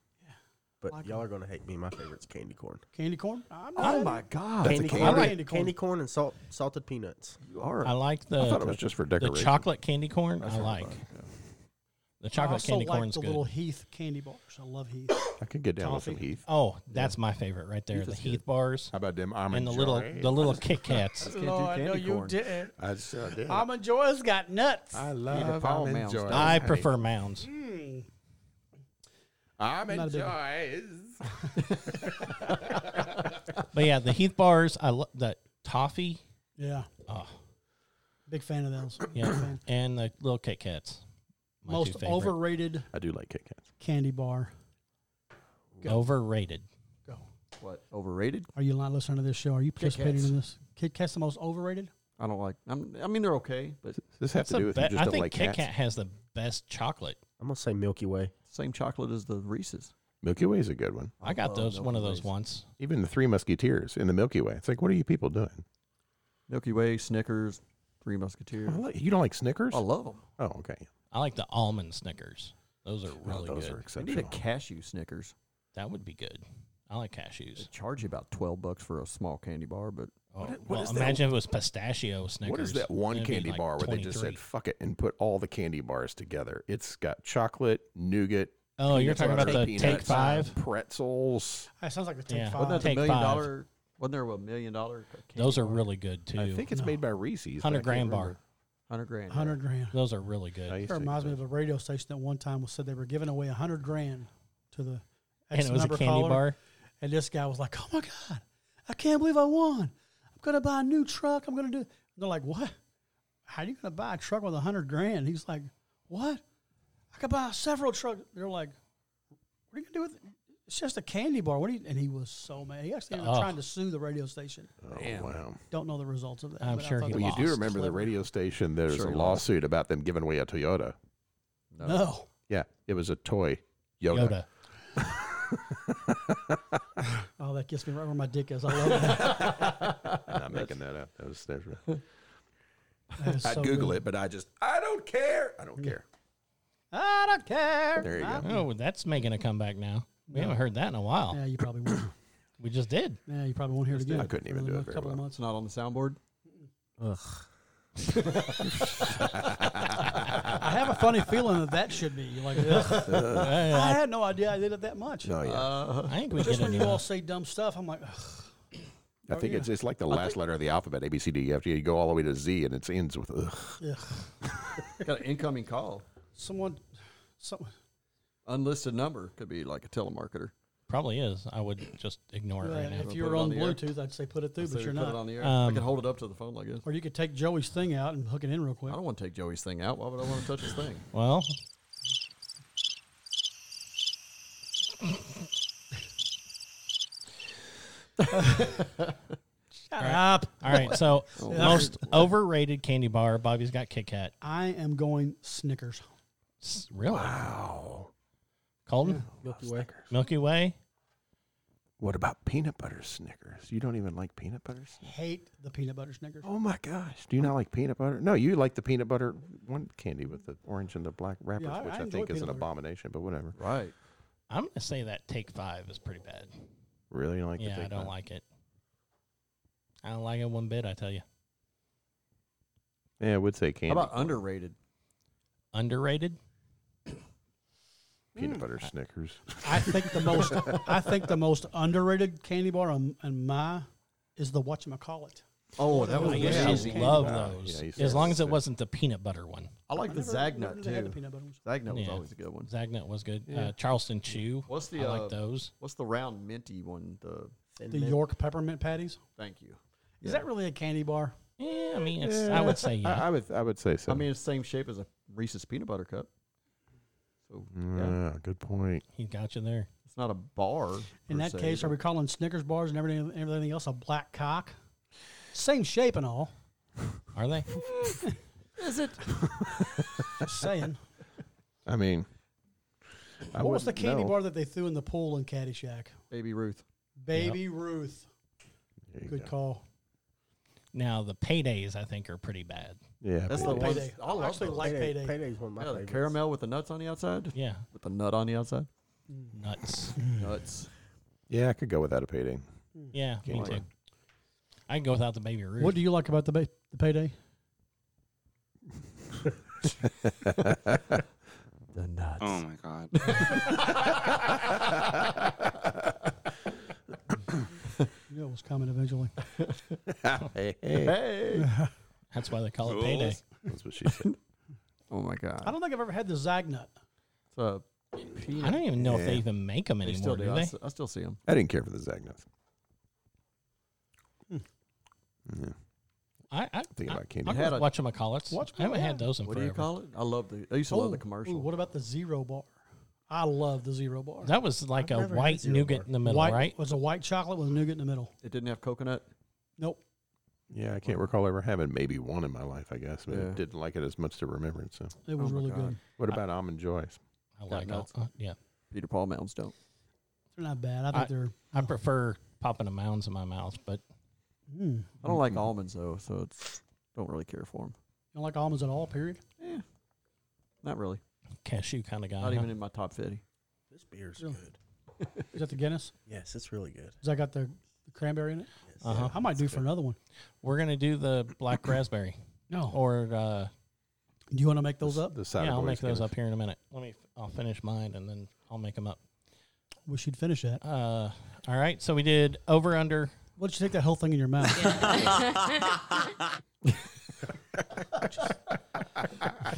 But
Like
y'all are gonna hate me. My favorite's candy corn.
Candy corn. I'm not
Oh
at
my
it.
god.
That's a candy.
corn,
Candy
candy
corn.
corn. and salt salted peanuts.
you are.
I like the
I thought it was just for
Uh, the
decoration.
chocolate candy corn. I
what I
like
thought,
the
I
chocolate
also
candy
like
corn's
the
good.
little Heath candy bars. I love Heath.
I could get down with some
Toffee.
Heath.
Oh, that's my favorite right there.
Heath
the
is good.
Heath bars
How about them almond
and the little
joy?
the little
(laughs)
Kit Kats.
Can't do candy corn.
didn't.
I sure did.
Almond Joy's got nuts.
I
Need a
love
palm
almond
mound
joy.
style.
I prefer mounds.
Mm.
almond
Not
joy.
But yeah, the Heath bars. I love the toffee.
Yeah.
Oh,
Big fan of those. Big
yeah,
(clears throat)
fan.
and the little Kit Kats. My two
Most
favorite.
overrated
I do like Kit Kats.
candy bar.
overrated.
Go.
What? Overrated?
Are you not listening to this show? Are you participating
Kats.
in this? Kit Kat's the most overrated.
I don't like. I'm, I mean, they're okay, but
Does this have
It's
to do
the
with
be-
you just
I
don't
think
like
Kit
cats?
Kat has the best chocolate.
I'm gonna say Milky Way.
same chocolate as the Reese's.
Milky Way is a good one.
I got
love
those one of
Milky
those
Ways.
once.
Even the Three Musketeers in the Milky Way. It's like, what are you people doing?
Milky Way, Snickers, Three Musketeers.
I like- Oh, You don't like Snickers?
I love them.
Oh, okay.
I like the almond Snickers. Those are
Oh,
really
those
good.
are
I need a
exceptional.
cashew Snickers.
That would be good. I like
They
cashews.
charge you about twelve bucks for a small candy bar, but
Oh,
what
well,
is that-
imagine if it was pistachio Snickers.
What is that one
It'd be
candy
like
bar where they just
23.
said "fuck it" and put all the candy bars together? It's got chocolate, nougat.
Oh, you're
peanut
talking about
butter,
the
peanuts,
Take Five?
pretzels.
That sounds like the take
Yeah.
five.
wasn't that the
Take
million
five.
dollar Wasn't there a million dollar? candy
Those are
bar?
really good too.
I think it's
No.
made by Reese's. but I
100
can't
grand bar.
remember.
hundred grand. yeah.
hundred grand.
Those are really good.
I used
It
to
reminds me
use
of a radio station that one time was said they were giving away a hundred grand to the
and
X
it was a
number
candy
caller,
bar.
and this guy was like, "Oh my god, I can't believe I won! I'm gonna buy a new truck. I'm gonna do." And they're like, "What? How are you gonna buy a truck with a hundred grand?" He's like, "What? I could buy several trucks." They're like, "What are you gonna do with it? It's just a candy bar." What do you? And he was so mad. He actually ended up
Oh.
Ugh.
trying to sue the radio station.
that.
Damn.
Oh, wow.
Don't know the results of that.
I'm
but I
sure
thought
he
that
Well, you
was
do remember the
clever.
radio station? There's
Sure
a
you lost.
lawsuit about them giving away a Toyota.
No,
Yeah, it was a toy Yoda.
Yoda.
oh, that gets me right where my dick is. I love
(laughs)
that.
(laughs) I'm not making that up. That was there's.
that is
I'd
so
Google
good.
it, but I just I don't care. I don't care.
I don't care.
There you
I-
go.
Oh, that's making a comeback now. We haven't heard that in a while.
Yeah, you probably won't.
We just did.
yeah, you probably won't hear it again.
I couldn't
for
even
another
do it very
couple of
well.
It's
months.
not on the soundboard.
I have a funny feeling that that should be like. ugh. I
Uh,
had no idea I did it that much.
No, yeah.
Uh,
I, I think we
Just
get a
when you
new
all say dumb stuff, I'm like, ugh.
I think it's it's like the last letter of the alphabet, A B C D. You have to you go all the way to Z, and it ends with ugh.
got an incoming call.
someone, someone.
Unlisted number could be like a telemarketer.
Probably is. I would just ignore it right
uh,
now.
if
Put
you were
it on
on
the air.
Bluetooth, I'd say put it through,
So
but
we
you're
put it
not.
on the air. I
Um,
can hold it up to the phone like this.
Or you could take Joey's thing out and hook it in real
I
quick.
don't want to take Joey's thing out. Why would I want to touch his thing?
Well,
Shut up.
all right.
(laughs)
So
Oh,
most overrated candy bar. Bobby's got Kit Kat.
I am going Snickers.
S- Really? Wow. Colton,
Milky Way.
Milky Way.
What about peanut butter Snickers? You don't even like peanut butter. Snickers?
Hate the peanut butter Snickers.
Oh my gosh! Do you not like peanut butter? No, you like the peanut butter one candy with the orange and the black wrappers,
I-
which
I
I,
enjoy
think is
peanut
an
butter.
abomination. But whatever.
Right.
I'm gonna say that Take Five is pretty bad.
Really you don't like. the
yeah, I
take
don't
that?
like it. I don't like it one bit. I tell you,
Yeah, I would say candy.
How about underrated?
underrated.
peanut butter Snickers?
I think the most. I think the most underrated candy bar on, on my is the whatchamacallit.
Oh, that
was
was
I
yeah.
used
amazing.
to love
Wow.
those,
Yeah, I used to
as
love
long as it
those.
wasn't the peanut butter one.
I like the
never-
Zagnut
never really had the
too.
peanut butter ones.
Zagnut was
Yeah.
always a good one.
Zagnut was good.
Yeah.
Uh, Charleston Chew.
What's the,
I
uh,
like those.
What's the round minty one? The
The York peppermint patties.
thank you.
Is that really a candy bar?
Yeah, I mean, it's, I would
(laughs)
say (laughs) yeah.
I, I would. I would say so.
I mean, it's the same shape as a Reese's peanut butter cup. So yeah,
Yeah, good point.
he got you there.
it's not a bar.
In
per
that
se,
case, are
but-
we calling Snickers bars and everything everything else a black cock? Same shape and all.
Are they?
Is it? Just saying.
I mean, I
what was the
wouldn't
candy
know.
bar that they threw in the pool in Caddyshack?
Baby Ruth?
Baby Ruth.
There you
Good
go.
call.
Now the paydays I think are pretty bad.
Yeah,
That's the
baby.
one.
Payday.
I
I
love
actually
those.
like
Payday.
Payday.
Payday's one of my
Yeah, the
favorites.
caramel with the nuts on the outside,
Yeah,
with the nut on the
(sighs)
outside.
nuts.
Nuts.
Yeah, I could go without a payday.
Yeah, me
Can't
too.
wait.
I can go without the baby Ruth.
What do you like about the, ba- the Payday?
The nuts.
Oh my god.
You know it was coming eventually.
Hey, hey.
Hey.
That's why they call it payday.
Rules.
That's what she said.
Oh my god.
I don't think I've ever had the Zagnut.
It's a
I
peanut.
don't even know if they
Yeah.
even make them
They
anymore.
still
do.
do. I,
they?
s- I still see them.
I didn't care for the Zagnuts.
I, I,
Thinking
I,
about candy.
I
had
had
a-
watch them collars.
Watch
I haven't
them,
had
yeah.
those in
What do
forever.
you call it? I love the. I used to love
Ooh,
the
ooh,
commercial.
what about the Zero bar? I love the Zero bar.
That was like
I've
a
never had
white
zero
nougat
bar.
in the middle,
white,
right?
was a white chocolate with nougat in the middle.
It didn't have coconut.
Nope.
Yeah, I can't recall ever having maybe one in my life. I guess, but
Yeah.
I didn't like it as much to remember it. So,
It was
my
really
God.
good.
what about almond joys?
I like all,
nuts.
uh, Yeah,
Peter Paul Mounds don't.
They're not bad. I think
I-
they're.
I prefer popping the mounds in my mouth, but
Mm. You
Mm-hmm.
I don't like
Mhm.
almonds though, so it's don't really care for them.
don't like almonds at all, period?
Not really.
cashew kind of guy.
Not
huh?
even in my top fifty.
This beer's
Really?
good.
Is that the Guinness?
Yes, it's really good.
Is that got the, the cranberry in it?
Yes.
Uh-huh.
I might do for another one.
We're gonna do the black raspberry
No.
or uh,
do you want to make those up?
The sour
yeah, I'll
boys
make those
can-
up here in a minute. Let me, I'll finish mine and then I'll make them up.
Wish you'd finish that.
Uh, all right. So we did over under
Why don't you take that whole thing in your (laughs) mouth?
You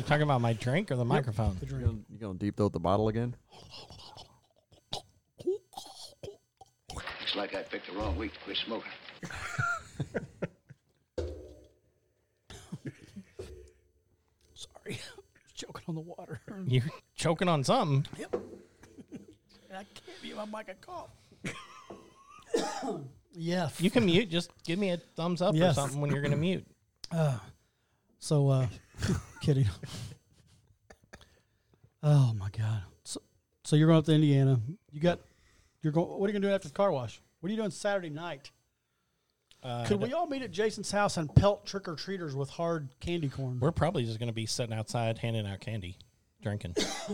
talking about my drink or the microphone?
The
You
drink.
gonna, you gonna deep throat the bottle again?
It's like I picked the wrong week to quit smoking.
Sorry, (laughs) choking on the water.
You're choking on something.
(laughs) I can't be my mic a cough. yeah.
You can mute. Just give me a thumbs up
Yes.
or something when you're going to mute.
So, uh, (laughs) kidding. Oh my God. So, so you're going up to Indiana. You got. You're going. What are you going to do after the car wash? What are you doing Saturday night?
Uh,
(laughs) Could we all meet at Jason's house and pelt trick or treaters with hard candy corn?
We're probably just going to be sitting outside handing out candy, drinking. (coughs)
I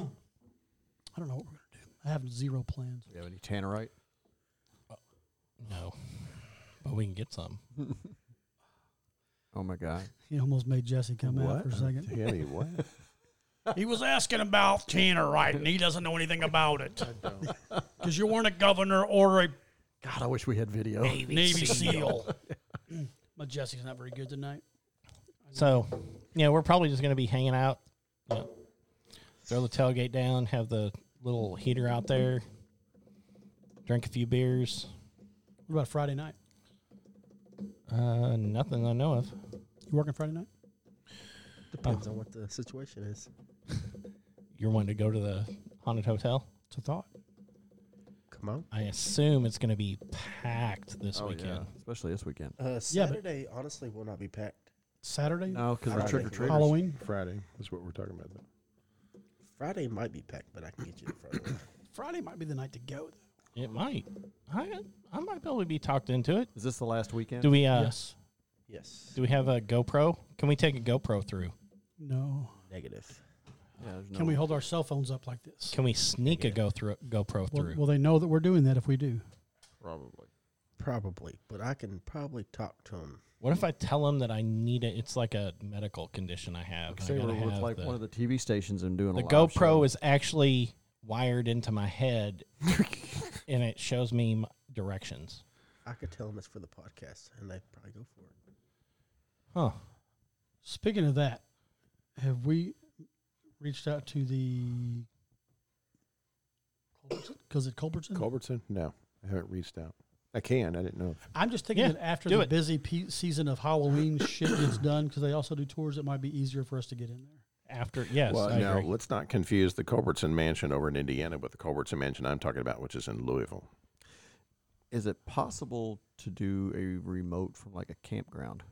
don't know what we're going to do. I have zero plans.
Do you have any tannerite?
no, but we can get some.
Oh my god!
He almost made Jesse come out for a second.
Danny, what? (laughs)
He was asking about Tanner, right? And he doesn't know anything about it. Because you weren't a governor or a
God, I wish we had video.
Navy SEAL.
My Jesse's not very good tonight.
So, yeah, we're probably just going to be hanging out. Yeah. Throw the tailgate down, have the little heater out there, drink a few beers.
What about Friday night?
Uh, nothing I know of.
You working Friday night?
Depends on what the situation is.
You're wanting to go to the haunted hotel?
It's a thought.
Come on.
I assume it's going to be packed this
Oh
weekend.
yeah, especially this weekend.
Uh,
Yeah, but-
Saturday honestly will not be packed.
Saturday,
No, because
I
we're
don't
trick or
think it is.
treaters.
Halloween.
Friday is what we're talking about. Then.
Friday might be packed, but I can get you to Friday.
Friday might be the night to go.
It might. I I might be able to be talked into it.
Is this the last weekend?
Do we? Uh,
yes.
yes.
Do we have a GoPro? Can we take a GoPro through?
No.
Negative.
Yeah, there's
Can
no-
we hold our cell phones up like this?
Can we sneak a go through GoPro
Will,
through?
will they know that we're doing that if we do?
Probably.
Probably, but I can probably talk to him.
what if I tell them that I need it? It's like a medical condition I have. and I
Say we're
gotta
with
have
like
the,
one of the TV stations and doing
the
a live
GoPro
show.
is actually wired into
(laughs)
my head, and it shows me m- directions.
I could tell him it's for the podcast, and they'd probably go for it.
Huh?
Speaking of that, have we reached out to the because it Culbertson?
Culbertson? No, I haven't reached out. I can. I didn't know. If,
I'm just thinking
Yeah,
that after
do
the
it.
busy pe- season of Halloween shit gets done, because they also do tours, it might be easier for us to get in there.
After yes,
well,
I
now
agree.
let's not confuse the Culbertson Mansion over in Indiana with the Culbertson Mansion I'm talking about, which is in Louisville.
Is it possible to do a remote from like a campground?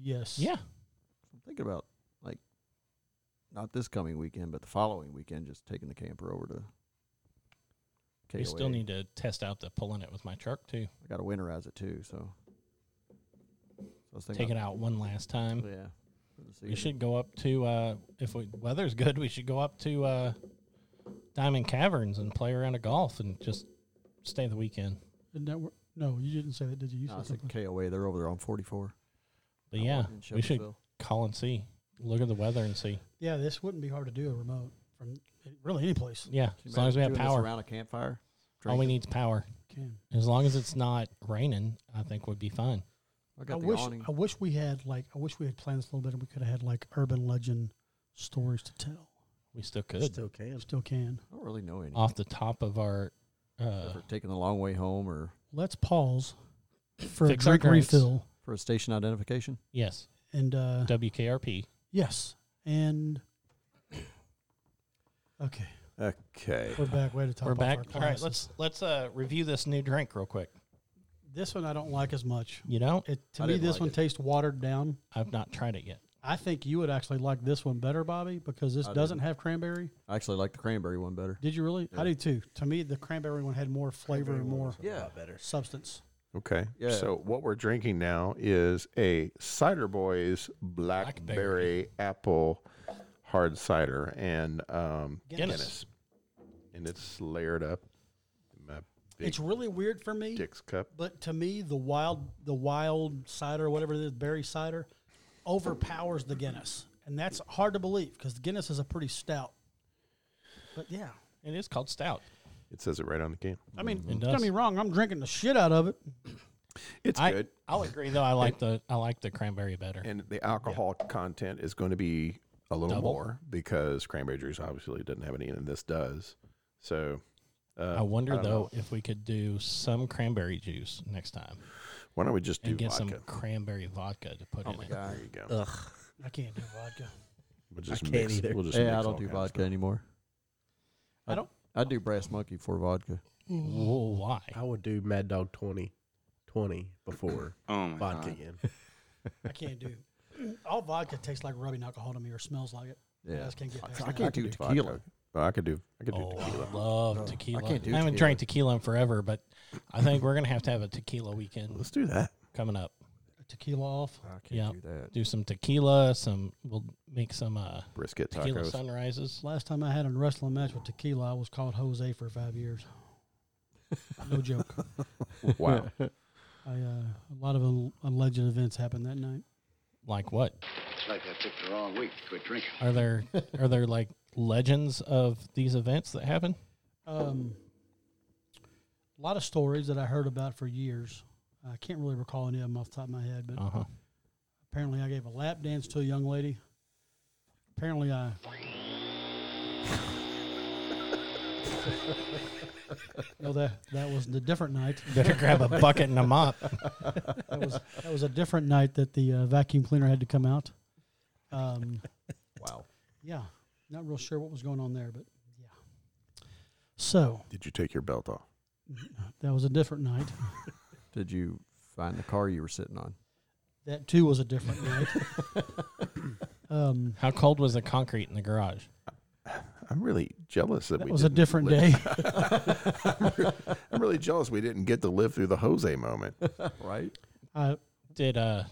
Yes.
Yeah,
I'm thinking about like not this coming weekend, but the following weekend, just taking the camper over to.
we still
KOA.
need to test out the pulling it with my truck too.
I got to winterize it too, so. so I was thinking
Take it out one last time.
Yeah. for the
We
season.
should go up to uh, if we, weather's good. We should go up to uh, Diamond Caverns and play around a golf and just stay the weekend.
Didn't that work? No, you didn't say that, did you? You
No,
said
it's at
something.
KOA. They're over there on 44.
But
out
yeah,
in
we should
Shepherdville.
call and see. Look at the weather and see.
Yeah, this wouldn't be hard to do a remote from really any place.
Yeah,
Can you
as long as we have
imagine doing this
power.
around a campfire.
All we
drinking?
need is power.
Can.
As long as it's not raining, I think we'd be fine.
I
I
got the
wish
awning.
I wish we had like I wish we had planned this a little better. We could have had like urban legend stories to tell.
We still could.
Still can.
Still can.
I don't really know any.
Off the top of our uh,
Except for taking the long way home or
Let's pause for a
Fix our
drink
drinks.
refill
for a station identification.
yes,
and uh,
WKRP.
yes and okay,
Okay.
we're back. Way to top
We're
off
back.
our
All right,
classes.
let's let's uh, review this new drink real quick.
This one I don't like as much.
You know,
It to
I
me
didn't
this
like
one
it.
tastes watered down.
I've not tried it yet.
I think you would actually like this one better, Bobby, because this
I
doesn't
didn't.
have cranberry.
I actually like the cranberry one better.
Did you really? I
Yeah.
do too. To me, the cranberry one had more flavor and more
Yeah.
better.
substance.
Okay.
Yeah.
So what we're drinking now is a Cider Boys Blackberry,
Blackberry.
Apple Hard Cider and um,
Guinness.
Guinness. And it's layered up in my big
It's really weird for me,
Dick's cup.
but to me, the wild, the wild cider, whatever it is, berry cider, overpowers the Guinness, and that's hard to believe because the Guinness is a pretty stout. But yeah,
It is called stout.
It says it right on the can.
I mean,
It
don't
does.
get me wrong, I'm drinking the shit out of it.
It's
I,
good.
I'll agree though. I like the I like the cranberry better.
And the alcohol content is going to be a little
Double.
more because cranberry juice obviously doesn't have any, and this does. So uh,
I wonder
don't
though
know.
if we could do some cranberry juice next time
why don't we just do
and get
vodka?
some cranberry vodka to put
Oh
in
my
it.
god.
There you go.
Ugh.
I can't do vodka.
We'll just
can't
mix.
either.
We'll just
Yeah, I
mix
don't
all
do
kinds of
vodka
stuff.
anymore.
I don't-
I do brass monkey for vodka.
Whoa, why?
I would do Mad Dog 20, 20 before
Oh my
vodka
god.
again.
I can't do. All vodka tastes like rubbing alcohol to me, or smells like it. I
Yeah,
just can't get past
I
that.
can't do
do
tequila.
vodka. Oh, I could do. I could do
Oh,
tequila.
I love tequila. I,
can't do
haven't
tequila.
drank tequila in forever, but I think we're gonna have to have a tequila weekend
Let's do that.
coming up.
Tequila off.
I can't
Yeah.
do that.
Do some tequila. Some we'll make some uh,
Brisket
tequila
tacos.
sunrises.
Last time I had a wrestling match with tequila, I was called Jose for five years. No joke.
Wow.
I, uh, a lot of al- alleged events happened that night.
Like what?
It's like I picked the wrong week to quit drinking.
Are there are there like legends of these events that happen?
Um, a lot of stories that I heard about for years. I can't really recall any of them off the top of my head, but
Uh huh.
apparently I gave a lap dance to a young lady. Apparently I. (laughs) no, that that was the different night.
Better grab a bucket and a mop.
That was that was a different night that the uh, vacuum cleaner had to come out. Um,
Wow.
yeah, not real sure what was going on there, but yeah. So
Did you take your belt off?
that was a different night.
Did you find the car you were sitting on?
That too was a different night. um,
How cold was the concrete in the garage?
I'm really jealous that,
that
we
was a
didn't
different
live-
day.
(laughs) I'm really jealous we didn't get to live through the Jose moment.
(laughs) Right?
I,
Did uh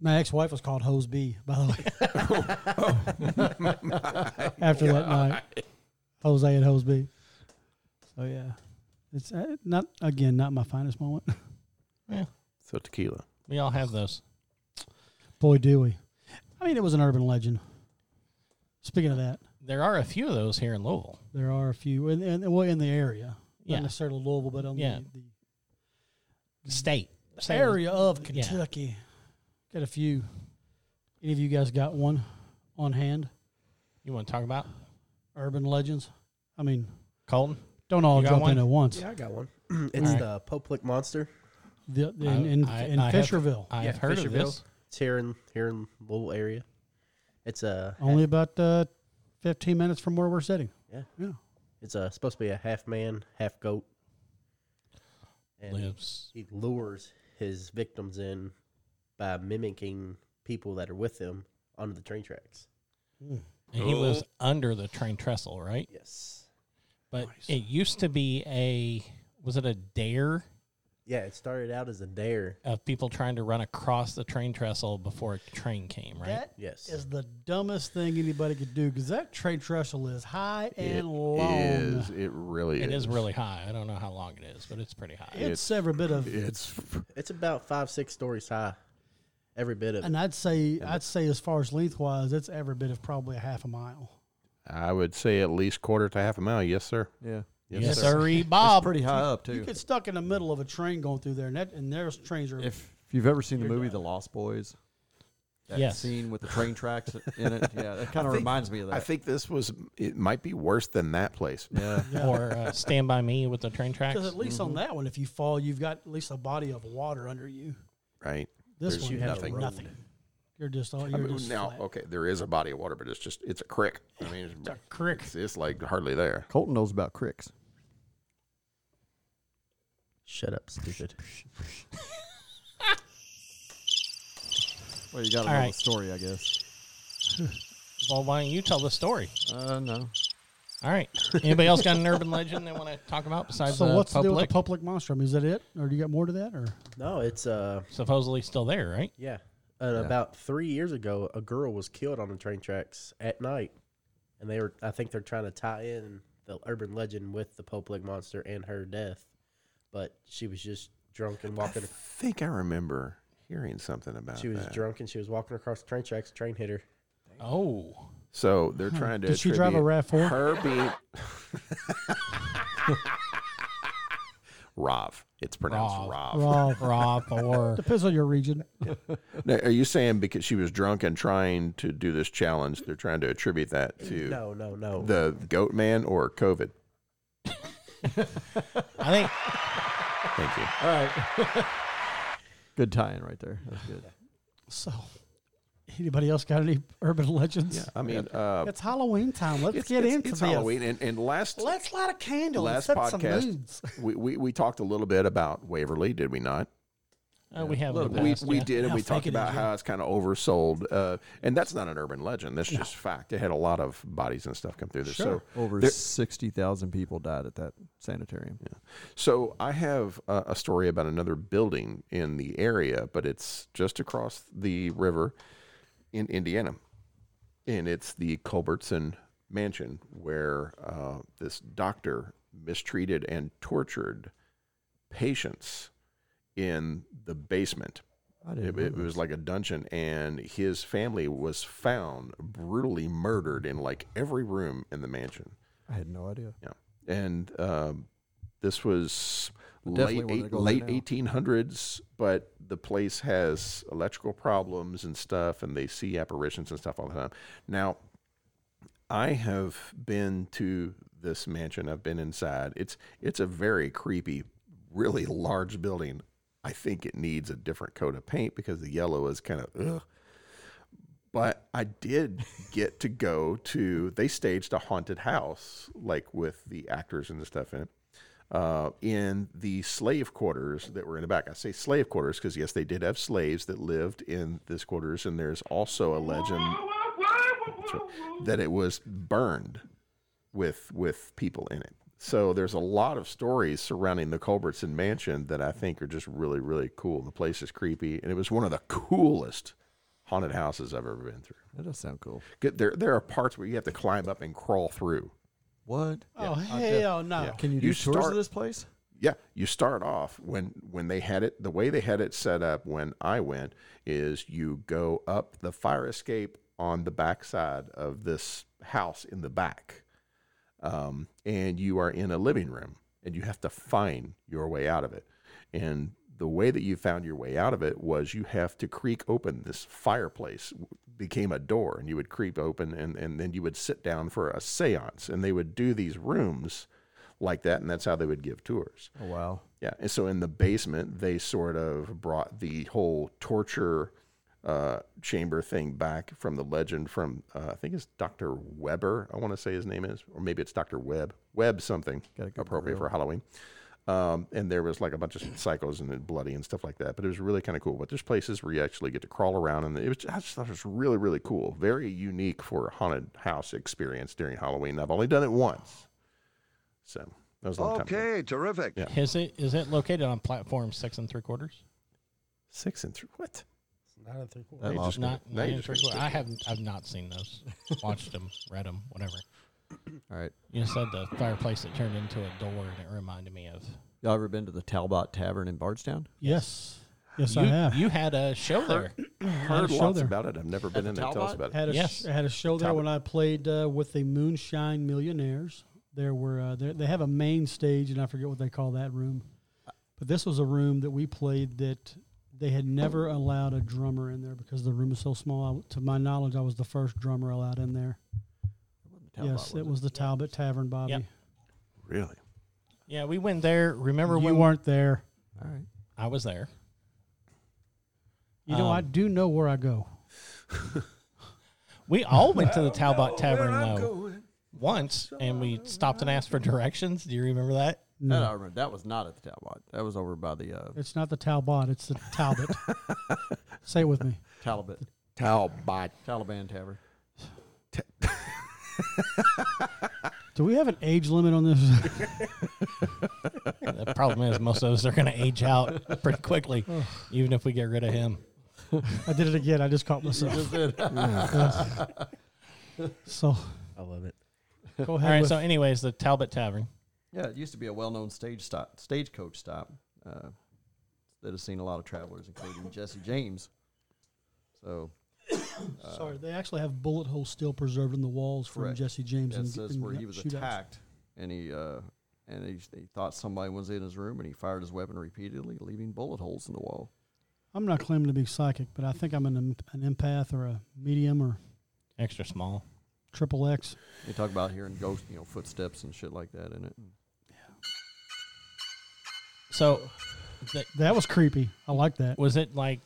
my ex-wife was called Hose B, by the way. After that night, Jose and Hose B. So yeah, it's uh, not again not my finest moment.
So tequila.
we all have those?
Boy, do we. I mean, it was an urban legend. Speaking of that,
There are a few of those here in Louisville.
there are a few, and, and well, in the area,
Yeah.
not necessarily Louisville, but on
Yeah.
the,
State.
the
State.
area of
Yeah.
Kentucky. Got a few. Any of you guys got one on hand?
You want to talk about
Urban legends. I mean,
Colton?
don't all
You got
jump
one?
in at once.
I got one. (coughs) it's
Alright.
the Poplick Monster.
The, the- in in,
I-
in
I have-
Fisherville,
I've
Yeah,
heard of
Fisherville.
this.
It's here in here in Louisville area. It's a
only about uh, fifteen minutes from where we're sitting.
Yeah.
yeah.
it's a supposed to be a half man, half goat. And
Lives.
he lures his victims in by mimicking people that are with him onto the train tracks.
And he lives under the train trestle, right?
Yes.
But it used to be a was it a dare
Yeah, it started out as a dare.
of people trying to run across the train trestle before a train came, right?
That
Yes.
is the dumbest thing anybody could do because that train trestle is high and long.
is. It really
it
is.
is really high. I don't know how long it is, but it's pretty high.
It's every bit of,
It's
It's about five, six stories high. Every bit of it.
and I'd say I'd say as far as lengthwise, it's every bit of probably a half a mile.
I would say at least quarter to half a mile. Yes, sir.
Yeah.
yes, sirree,
(laughs)
Bob.
Pretty high up
You
too.
get stuck in the middle of a train going through there, and that and there's trains are.
If if you've ever seen the movie The Lost Boys, that
Yes.
scene with the train tracks in it, yeah, that kind of reminds me of that.
I think this was. It might be worse than that place.
yeah.
Or uh, Stand By Me with the train tracks.
because at least on that one, if you fall, you've got at least a body of water under you.
Right.
This
There's
one, you have
nothing.
nothing. You're just all
I
Oh, you're
mean,
just
now,
flat.
okay, there is a body of water, but it's just it's a creek. I mean, it's,
a creek.
It's, it's like hardly there.
Colton knows about cricks.
Shut up, stupid.
Well, you got to
All
know the
right.
story, I guess.
Well, why don't you tell the story?
Uh, no.
All right. Anybody else got an urban legend they want to talk about
uh,
besides
So
the
what's the deal
public?
with the public monster? I mean, is that it, or do you got more to that, or
No, it's uh
Supposedly still there, right?
yeah. And
Yeah.
about three years ago, a girl was killed on the train tracks at night, and they were. I think they're trying to tie in the urban legend with the Poplick monster and her death, but she was just drunk and
I
walking.
think I remember hearing something about
She was
that.
drunk and she was walking across the train tracks. Train hit her.
Oh.
So they're trying to.
Did she drive a RAV4?
attribute Her being (laughs) Rav. It's pronounced
Rav.
Rav.
(laughs) Raw.
Rob or
Depends on your region.
Now, are you saying because she was drunk and trying to do this challenge, they're trying to attribute that to
No, no, no.
the goat man or COVID?
I think
Thank you.
All right. good tie-in right there. That's good.
So, anybody else got any urban (laughs) legends?
Yeah, I mean, uh,
It's Halloween time. Let's
it's,
get
it's-
into
it's
this.
Halloween, and, and last
Let's light a candle
Last
and set some
podcast-
moods.
we, we we talked a little bit about Waverly, did we not?
uh, we have in the
we,
past,
we
yeah.
did, and
How
we talked
fake it
about
is, yeah.
how it's kind of oversold, uh, and that's not an urban legend. That's just fact. It had a lot of bodies and stuff come through this. So
Over
There-
sixty thousand people died at that sanitarium.
So I have uh, a story about another building in the area, but it's just across the river in Indiana, and it's the Culbertson Mansion where uh, this doctor mistreated and tortured patients in the basement.
I
It,
didn't.
it was like a dungeon, and his family was found brutally murdered in like every room in the mansion.
I had no idea.
Yeah, and um, this was
Definitely
late
wanna
eight,
go there
late
now.
eighteen hundreds, but the place has electrical problems and stuff, and they see apparitions and stuff all the time. Now, I have been to this mansion. I've been inside. It's it's a very creepy, really large building. I think it needs a different coat of paint because the yellow is kind of ugh. But I did get to go to. They staged a haunted house, like with the actors and the stuff in it, uh, in the slave quarters that were in the back. I say slave quarters because yes, they did have slaves that lived in this quarters, and there's also a legend that it was burned with with people in it. So there's a lot of stories surrounding the Culbertson Mansion that I think are just really really cool. The place is creepy, and it was one of the coolest haunted houses I've ever been through.
That does sound cool.
Good- There there are parts where you have to climb up and crawl through.
What?
Oh, hell no.
Yeah.
Can you do
You
tours
start-
of this place?
Yeah, you start off when when they had it the way they had it set up when I went is you go up the fire escape on the backside of this house in the back, um, and you are in a living room and you have to find your way out of it. And the way that you found your way out of it was you have to creak open this fireplace w- became a door and you would creep open and, and then you would sit down for a seance and they would do these rooms like that and that's how they would give tours.
Oh wow.
Yeah, and so in the basement, they sort of brought the whole torture uh, chamber thing back from the legend from uh, I think it's Doctor Weber. I want to say his name is, or maybe it's Doctor Webb. Webb something
Got a good
appropriate for Halloween. Um, and there was like a bunch of psychos and then bloody and stuff like that. But it was really kind of cool. But there's places where you actually get to crawl around, and it was I just thought it was really really cool, very unique for a haunted house experience during Halloween. I've only done it once, so that was a long time. ago.
Okay, terrific.
Yeah.
Is it is it located on platform six and three quarters?
Six and three. What?
Nine and three quarters.
That
They
lost
just-
me.
Not
Now
nine
you're
and three
just
quarters. I haven't I've not seen
(laughs)
those. Watched them, read them, whatever.
All right.
You said the fireplace that turned into a door, and it reminded me of.
Y'all ever been to the Talbot Tavern in Bardstown?
Yes. Yes,
you,
I have.
you had a show there.
heard
show
lots
there.
about it. I've never been
the
in there. Tell us
Talbot?
about it.
had a sh-
Yes.
had a show there when I played uh, with the Moonshine Millionaires. There were uh, there, they have a main stage and I forget what they call that room, but this was a room that we played that they had never allowed a drummer in there because the room was so small. I, to my knowledge, I was the first drummer allowed in there.
Talbot,
yes, it was the Talbot Tavern, Bobby.
Yep.
Really?
Yeah, we went there. Remember
You
when
weren't there.
All right.
I was there?
You know, I
Um,
do know where I go.
We all went to the Talbot Tavern though once, and we stopped and asked for directions. Do you remember that?
That
No,
I remember. That was not at the Talbot. That was over by the uh,
it's not the Talbot. It's the (laughs) Talbot. Say it with me.
Talbot
Talbot.
Taliban Tavern. (laughs)
Do we have an age limit on this? (laughs)
The problem is most of us are going to age out pretty
(sighs)
quickly, even if we get rid of him.
I did it again. I just caught myself. so
I love it.
go
All
ahead.
right.
with-
So, anyways, the Talbot Tavern.
Yeah, it used to be a well-known stage stop, stagecoach stop uh, that has seen a lot of travelers, including Jesse James. So
sorry, they actually have bullet holes still preserved in the walls from
Correct.
Jesse James
that
and,
says
and
where
that
he was
shootout.
attacked, and he uh, and he, he thought somebody was in his room, and he fired his weapon repeatedly, leaving bullet holes in the wall.
I'm not claiming to be psychic, but I think I'm an, em- an empath or a medium or
Extra small.
triple X.
They talk about hearing ghost, you know, footsteps and shit like that in it.
So, th-
That was creepy. I like that.
was it like,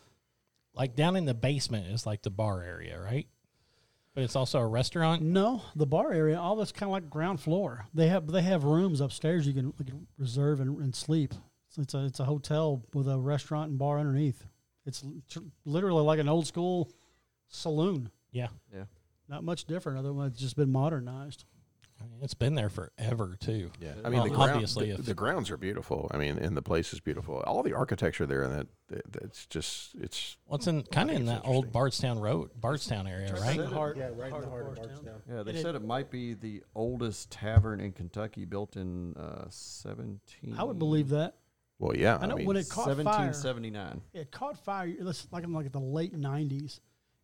like down in the basement is like the bar area, right? But it's also a restaurant.
No, the bar area, all that's kind of like ground floor. They have they have rooms upstairs you can, you can reserve and, and sleep. So it's a it's a hotel with a restaurant and bar underneath. It's l- tr- literally like an old school saloon.
Yeah,
Not much different, other than it's just been modernized.
I mean, it's been there forever too.
Yeah, I mean,
Well,
the ground,
obviously,
the,
if-
the grounds are beautiful. I mean, and the place is beautiful. All the architecture there, and that that's just it's
What's in kind of
think
in
it's
that old Bardstown Road, Bardstown area, right?
Yeah, right in the heart of Bardstown.
Yeah, they
It-
said it might be the oldest tavern in Kentucky, built in uh, seventeen.
I would believe that.
well, yeah.
I know
mean,
when it caught
Seventeen
fire,
seventy nine.
it caught fire. It was like in like the late '90s,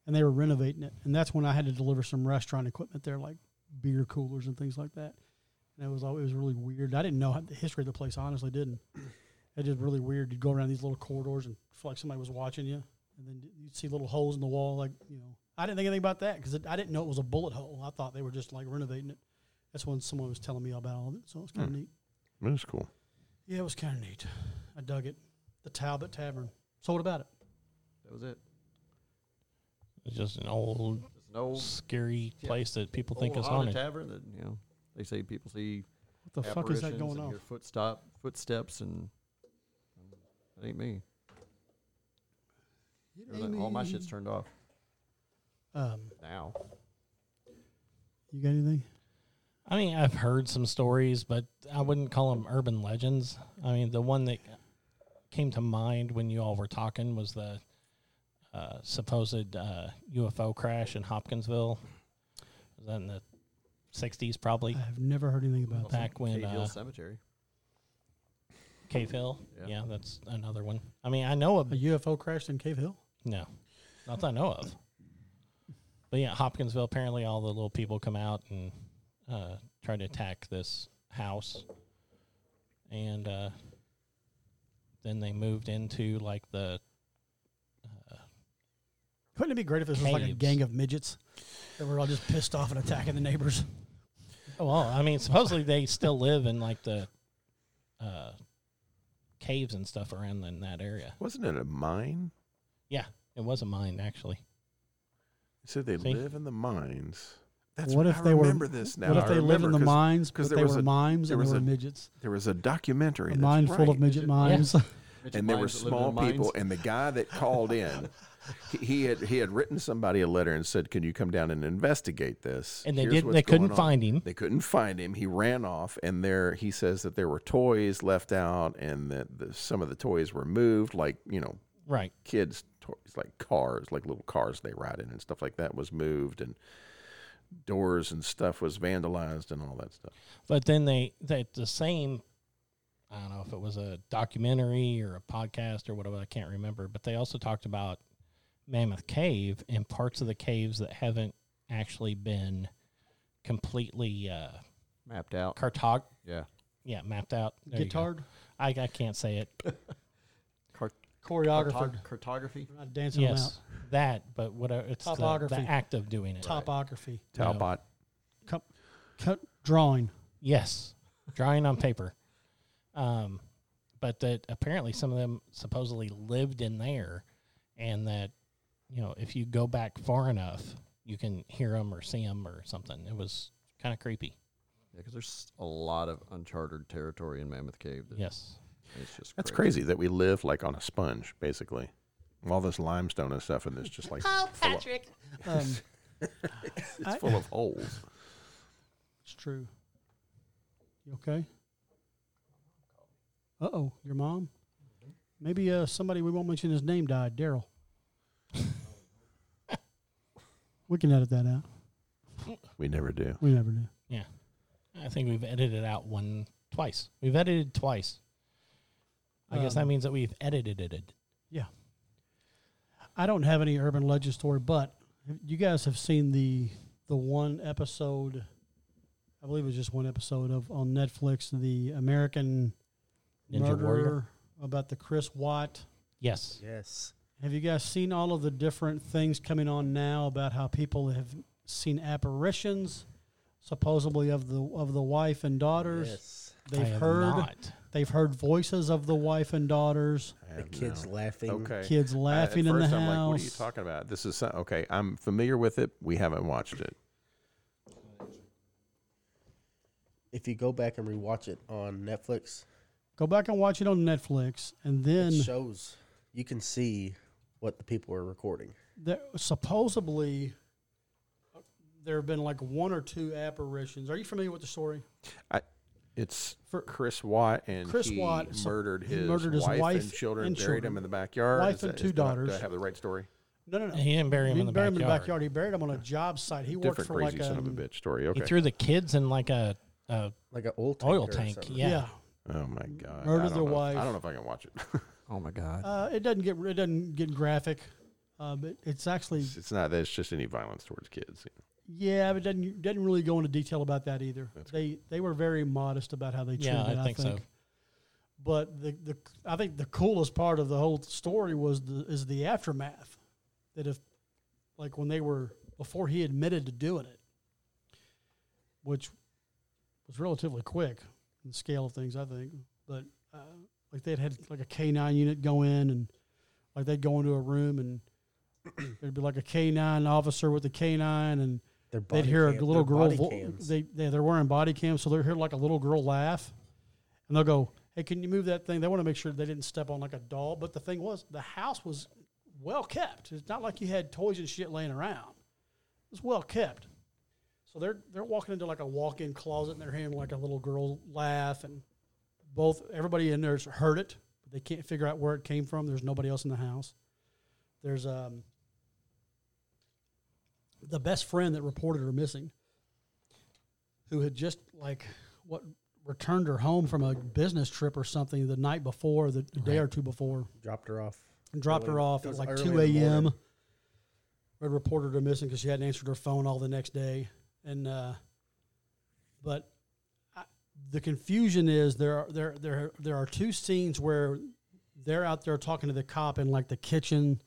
and they were renovating it, and that's when I had to deliver some restaurant equipment there, like beer coolers and things like that. And it was always it was really weird. I didn't know how- the history of the place. Honestly, didn't. It is really weird. You'd go around these little corridors and feel like somebody was watching you, and then you'd see little holes in the wall, like you know. I didn't think anything about that because I didn't know it was a bullet hole. I thought they were just like renovating it. That's when someone was telling me about all of it, so it was kind of
Hmm.
neat.
it was cool.
Yeah, it was kind of neat. I dug it. The Talbot Tavern. So what about it?
That was it.
It's just an old,
It's an old,
scary
Yeah. Oh,
place that people think
old
is
haunted
haunted.
tavern that you know they say people see
What the fuck is that
apparitions
going
and
on?
Hear footstep, footsteps, and um, that ain't me. All my shit's turned off
Um,
now.
you got anything?
I mean, I've heard some stories, but I wouldn't call them urban legends. I mean, the one that came to mind when you all were talking was the uh, supposed uh, UFO crash in Hopkinsville. Was that in the '60s, probably?
I have never heard anything about that.
Back when
Cave
uh,
Hill Cemetery.
Cave Hill.
Yeah.
yeah, that's another one. I mean, I know of
A UFO crashed in Cave Hill.
No, not that I know of. But yeah, Hopkinsville. Apparently, all the little people come out and uh, try to attack this house, and uh, then they moved into like the
Wouldn't it be great if this was like a
Caves.
gang of midgets that were all just pissed off and attacking the neighbors?
Oh, well, I mean, supposedly they still live in like the uh, caves and stuff around in that area.
Wasn't it a mine?
It was a mine actually.
It said they
See?
live in the mines. That's
What
what
if
I
they were-
remember this now.
what
I
if they lived in
remember
the
'cause
mines
'cause
because
there
they
was
were
a-
mimes
there
and
was
they were
a-
midgets?
There was a documentary.
A
that's
mine full of
right.
midget mimes.
Midget
and there were
mines that live in
small
the mines.
people. And the guy
(laughs)
that called in, he, he had he had written somebody a letter and said, "Can you come down and investigate this?"
And they
Here's
didn't-
what's
they couldn't
going on."
find him.
They couldn't find him. He ran off, and there he says that there were toys left out, and that the, some of the toys were moved, like you know,
Right.
kids' toys, like cars, like little cars they ride in, and stuff like that was moved, and doors and stuff was vandalized, and all that stuff.
But then they that the same I don't know if it was a documentary or a podcast or whatever, I can't remember, but they also talked about Mammoth Cave and parts of the caves that haven't actually been completely uh
mapped out.
cartog
Yeah,
yeah, mapped out. There you go.
Guitard
I, I can't say it.
Cart-
choreographer.
cartog- cartography.
We're not dancing them out.
yes. That, but whatever it's the, the
Topography.
act of doing it.
Topography.
No.
Talbot.
Cup, cut
(laughs)
drawing.
Yes, drawing on paper. Um, but that apparently some of them supposedly lived in there, and that you know if you go back far enough, you can hear them or see them or something. It was kind of creepy.
Yeah, because there's a lot of uncharted territory in Mammoth Cave. that-
Yes,
it's just
That's crazy that we live like on a sponge, basically. All this limestone and stuff, and it's just like
(laughs) Oh, Patrick.
Um,
it's full of holes.
It's true. You okay? Uh oh, your mom? Maybe uh, somebody we won't mention his name died, Daryl. (laughs) we can edit that out.
We never do.
We never knew.
I think we've edited out one twice. We've edited twice. I guess that
Um,
means that we've edited it.
I don't have any urban legend story, but you guys have seen the the one episode I believe it was just one episode of on Netflix, the American
Ninja
murderer
Warrior?
about the Chris Watt.
Yes.
Yes.
Have you guys seen all of the different things coming on now about how people have seen apparitions, supposedly of the of the wife and daughters?
Yes.
They've
I have
heard (laughs)
Not.
they've heard voices of the wife and daughters,
I
The
have
kids
no-
laughing.
Okay.
kids
I-
laughing
at
in
first
the
I'm
house.
like, what are you talking about? This is so- okay. I'm familiar with it. We haven't watched it.
If you go back and rewatch it on Netflix,
Go back and watch it on Netflix, and then
it shows you can see what the people are recording.
there, supposedly there have been like one or two apparitions. Are you familiar with the story?
I, it's
For-
Chris Watt and
Chris
he
Watt, so-
murdered
he
his,
murdered his
wife,
wife
and children,
and
buried
children.
him in the backyard.
Wife
Is
and
that-
two
is- do I- Do I
daughters.
have the right story?
No, no, no.
He didn't bury him,
He
in, the
didn't bury him in the
backyard.
backyard. He buried him on a job site. He worked
Different
for
crazy
like
son of a
um,
bitch story.
He
Okay.
threw the kids in like a, a
Like an oil tank.
oil
or
tank.
something.
Yeah.
yeah.
oh my
Murdered
god. I don't
their
know if-
wife.
I don't know if I can watch it. (laughs)
Oh my god.
Uh, it doesn't get it doesn't get graphic. Uh, but it's actually
it's not that. It's just any violence towards kids.
yeah, but it doesn't doesn't really go into detail about that either. They they were very modest about how they treated
Yeah,
it.
I think so.
But the, the I think the coolest part of the whole story was the is the aftermath. That if like when they were before he admitted to doing it, which was relatively quick in the scale of things, I think. But uh, like they'd had like a K nine unit go in and like they'd go into a room and (clears throat) there'd be like a K nine officer with a K nine and
Their
they'd
body
hear
cam-
a little
their
girl.
body
vo-
cams.
they, they they're wearing body cams, so they'll hear like a little girl laugh, and they'll go, "Hey, can you move that thing?" They want to make sure they didn't step on like a doll. But the thing was, the house was well kept. It's not like you had toys and shit laying around. It was well kept. So they're they're walking into like a walk-in closet, and they're hearing like a little girl laugh, and both everybody in there's heard it, but they can't figure out where it came from. There's nobody else in the house. There's um the best friend that reported her missing, who had just like what returned her home from a business trip or something the night before, the day or two before,
dropped her off.
and dropped her
Early-
off
it was
at like
early
two
in the
a.m.
morning.
Had reported her missing because she hadn't answered her phone all the next day, and uh, but I, the confusion is there are there there there are two scenes where they're out there talking to the cop in like the kitchen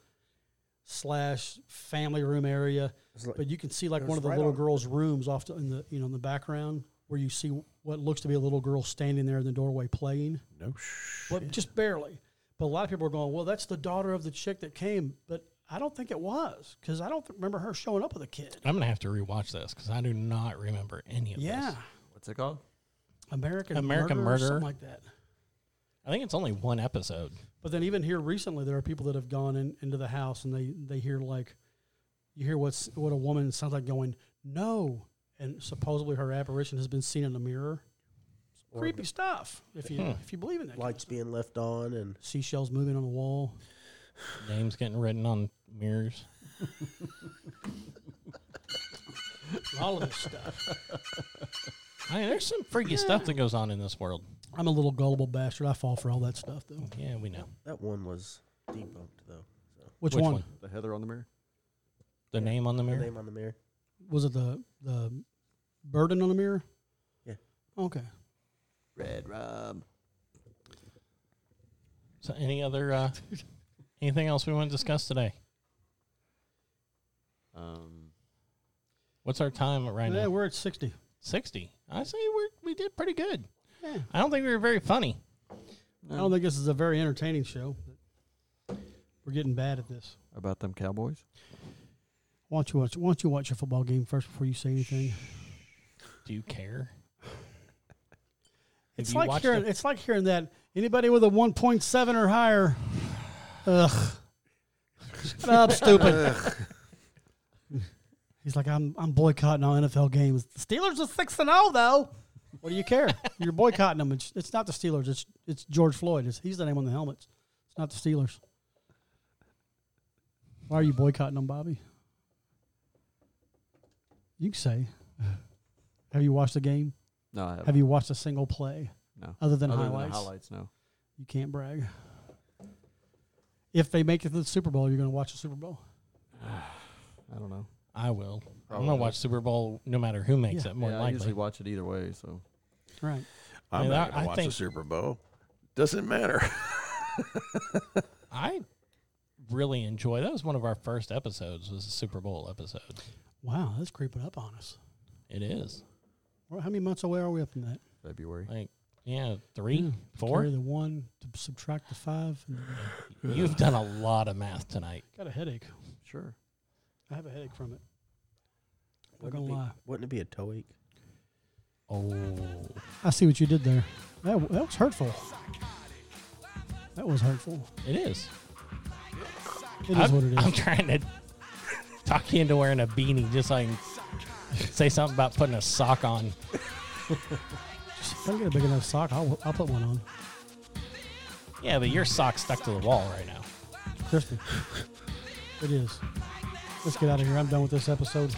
slash family room area
It's like-
but you can see like
It was
one of the
right
little
on-
girls' rooms off to, in the you know in the background where you see what looks to be a little girl standing there in the doorway playing,
No sh.
but just barely. But a lot of people are going, well, that's the daughter of the chick that came, but I don't think it was because I don't th- remember her showing up with a kid.
I'm gonna have to rewatch this because I do not remember any of this.
Yeah,
What's it called?
American
American
murder, or
Murderer.
something like that.
I think it's only one episode.
But then even here recently, there are people that have gone in, into the house and they they hear like, you hear what's what a woman sounds like going no, and supposedly her apparition has been seen in a mirror. Creepy stuff if you if you believe in that.
Lights being left on and
Seashells moving on the wall.
Names getting written on mirrors. (laughs)
All of this stuff.
I mean, there's some freaky stuff that goes on in this world.
I'm a little gullible bastard. I fall for all that stuff though.
Yeah, we know
that one was debunked though. So
Which,
Which
one?
one?
The Heather on the mirror.
the name on the
the
mirror.
name on the mirror.
was it? The the burden on the mirror.
Yeah.
Okay.
Red Rob.
So, any other
(laughs)
uh, anything else we want to discuss today?
Um,
What's our time right
yeah,
now?
we're at sixty.
Sixty. I say we we did pretty good.
Yeah.
I don't think we were very funny.
I don't think this is a very entertaining show. But we're getting bad at this.
about them Cowboys.
Why don't you watch? Why don't you watch a football game first before you say anything?
Do you care?
It's
Have you
like
watched
hearing.
the-
it's like hearing that anybody with a one point seven or higher. Ugh. Shut
(laughs)
up, stupid. He's like, I'm I'm boycotting all NFL games. The Steelers are six and zero though. What do you care? You're boycotting them. It's, it's not the Steelers. It's it's George Floyd. It's, he's the name on the helmets. It's not the Steelers. Why are you boycotting them, Bobby? You can say. Have you watched the game?
No, I haven't.
Have you watched a single play
No.
other than
Other
highlights?
Than the highlights, no.
You can't brag. If they make it to the Super Bowl, you're going to watch the Super Bowl.
I don't know.
I will. I'm gonna watch Super Bowl no matter who makes it. More
yeah, I
likely,
usually watch it either way. So
Right.
I'm
mean,
not
I-
going
I
to watch
think-
the Super Bowl. Doesn't matter.
I really enjoy. That was one of our first episodes. Was the Super Bowl episode?
Wow, that's creeping up on us.
It is
Well, how many months away are we from that?
February.
like yeah, three,
Yeah, Carry
four.
the one to subtract the five. And
You've done a lot of math tonight.
got a headache.
Sure.
I have a headache from it. Not
Wouldn't it
gonna
be-
lie.
Wouldn't it be a toe ache?
Oh,
I see what you did there. That, that was hurtful. That was hurtful.
it is.
It is
I'm,
what it is.
I'm trying to talk you into wearing a beanie just so I can say something about putting a sock on.
if I can get a big enough sock, I'll, I'll put one on.
Yeah, but your sock's stuck to the wall right now.
Crispy. it is. Let's get out of here. I'm done with this episode.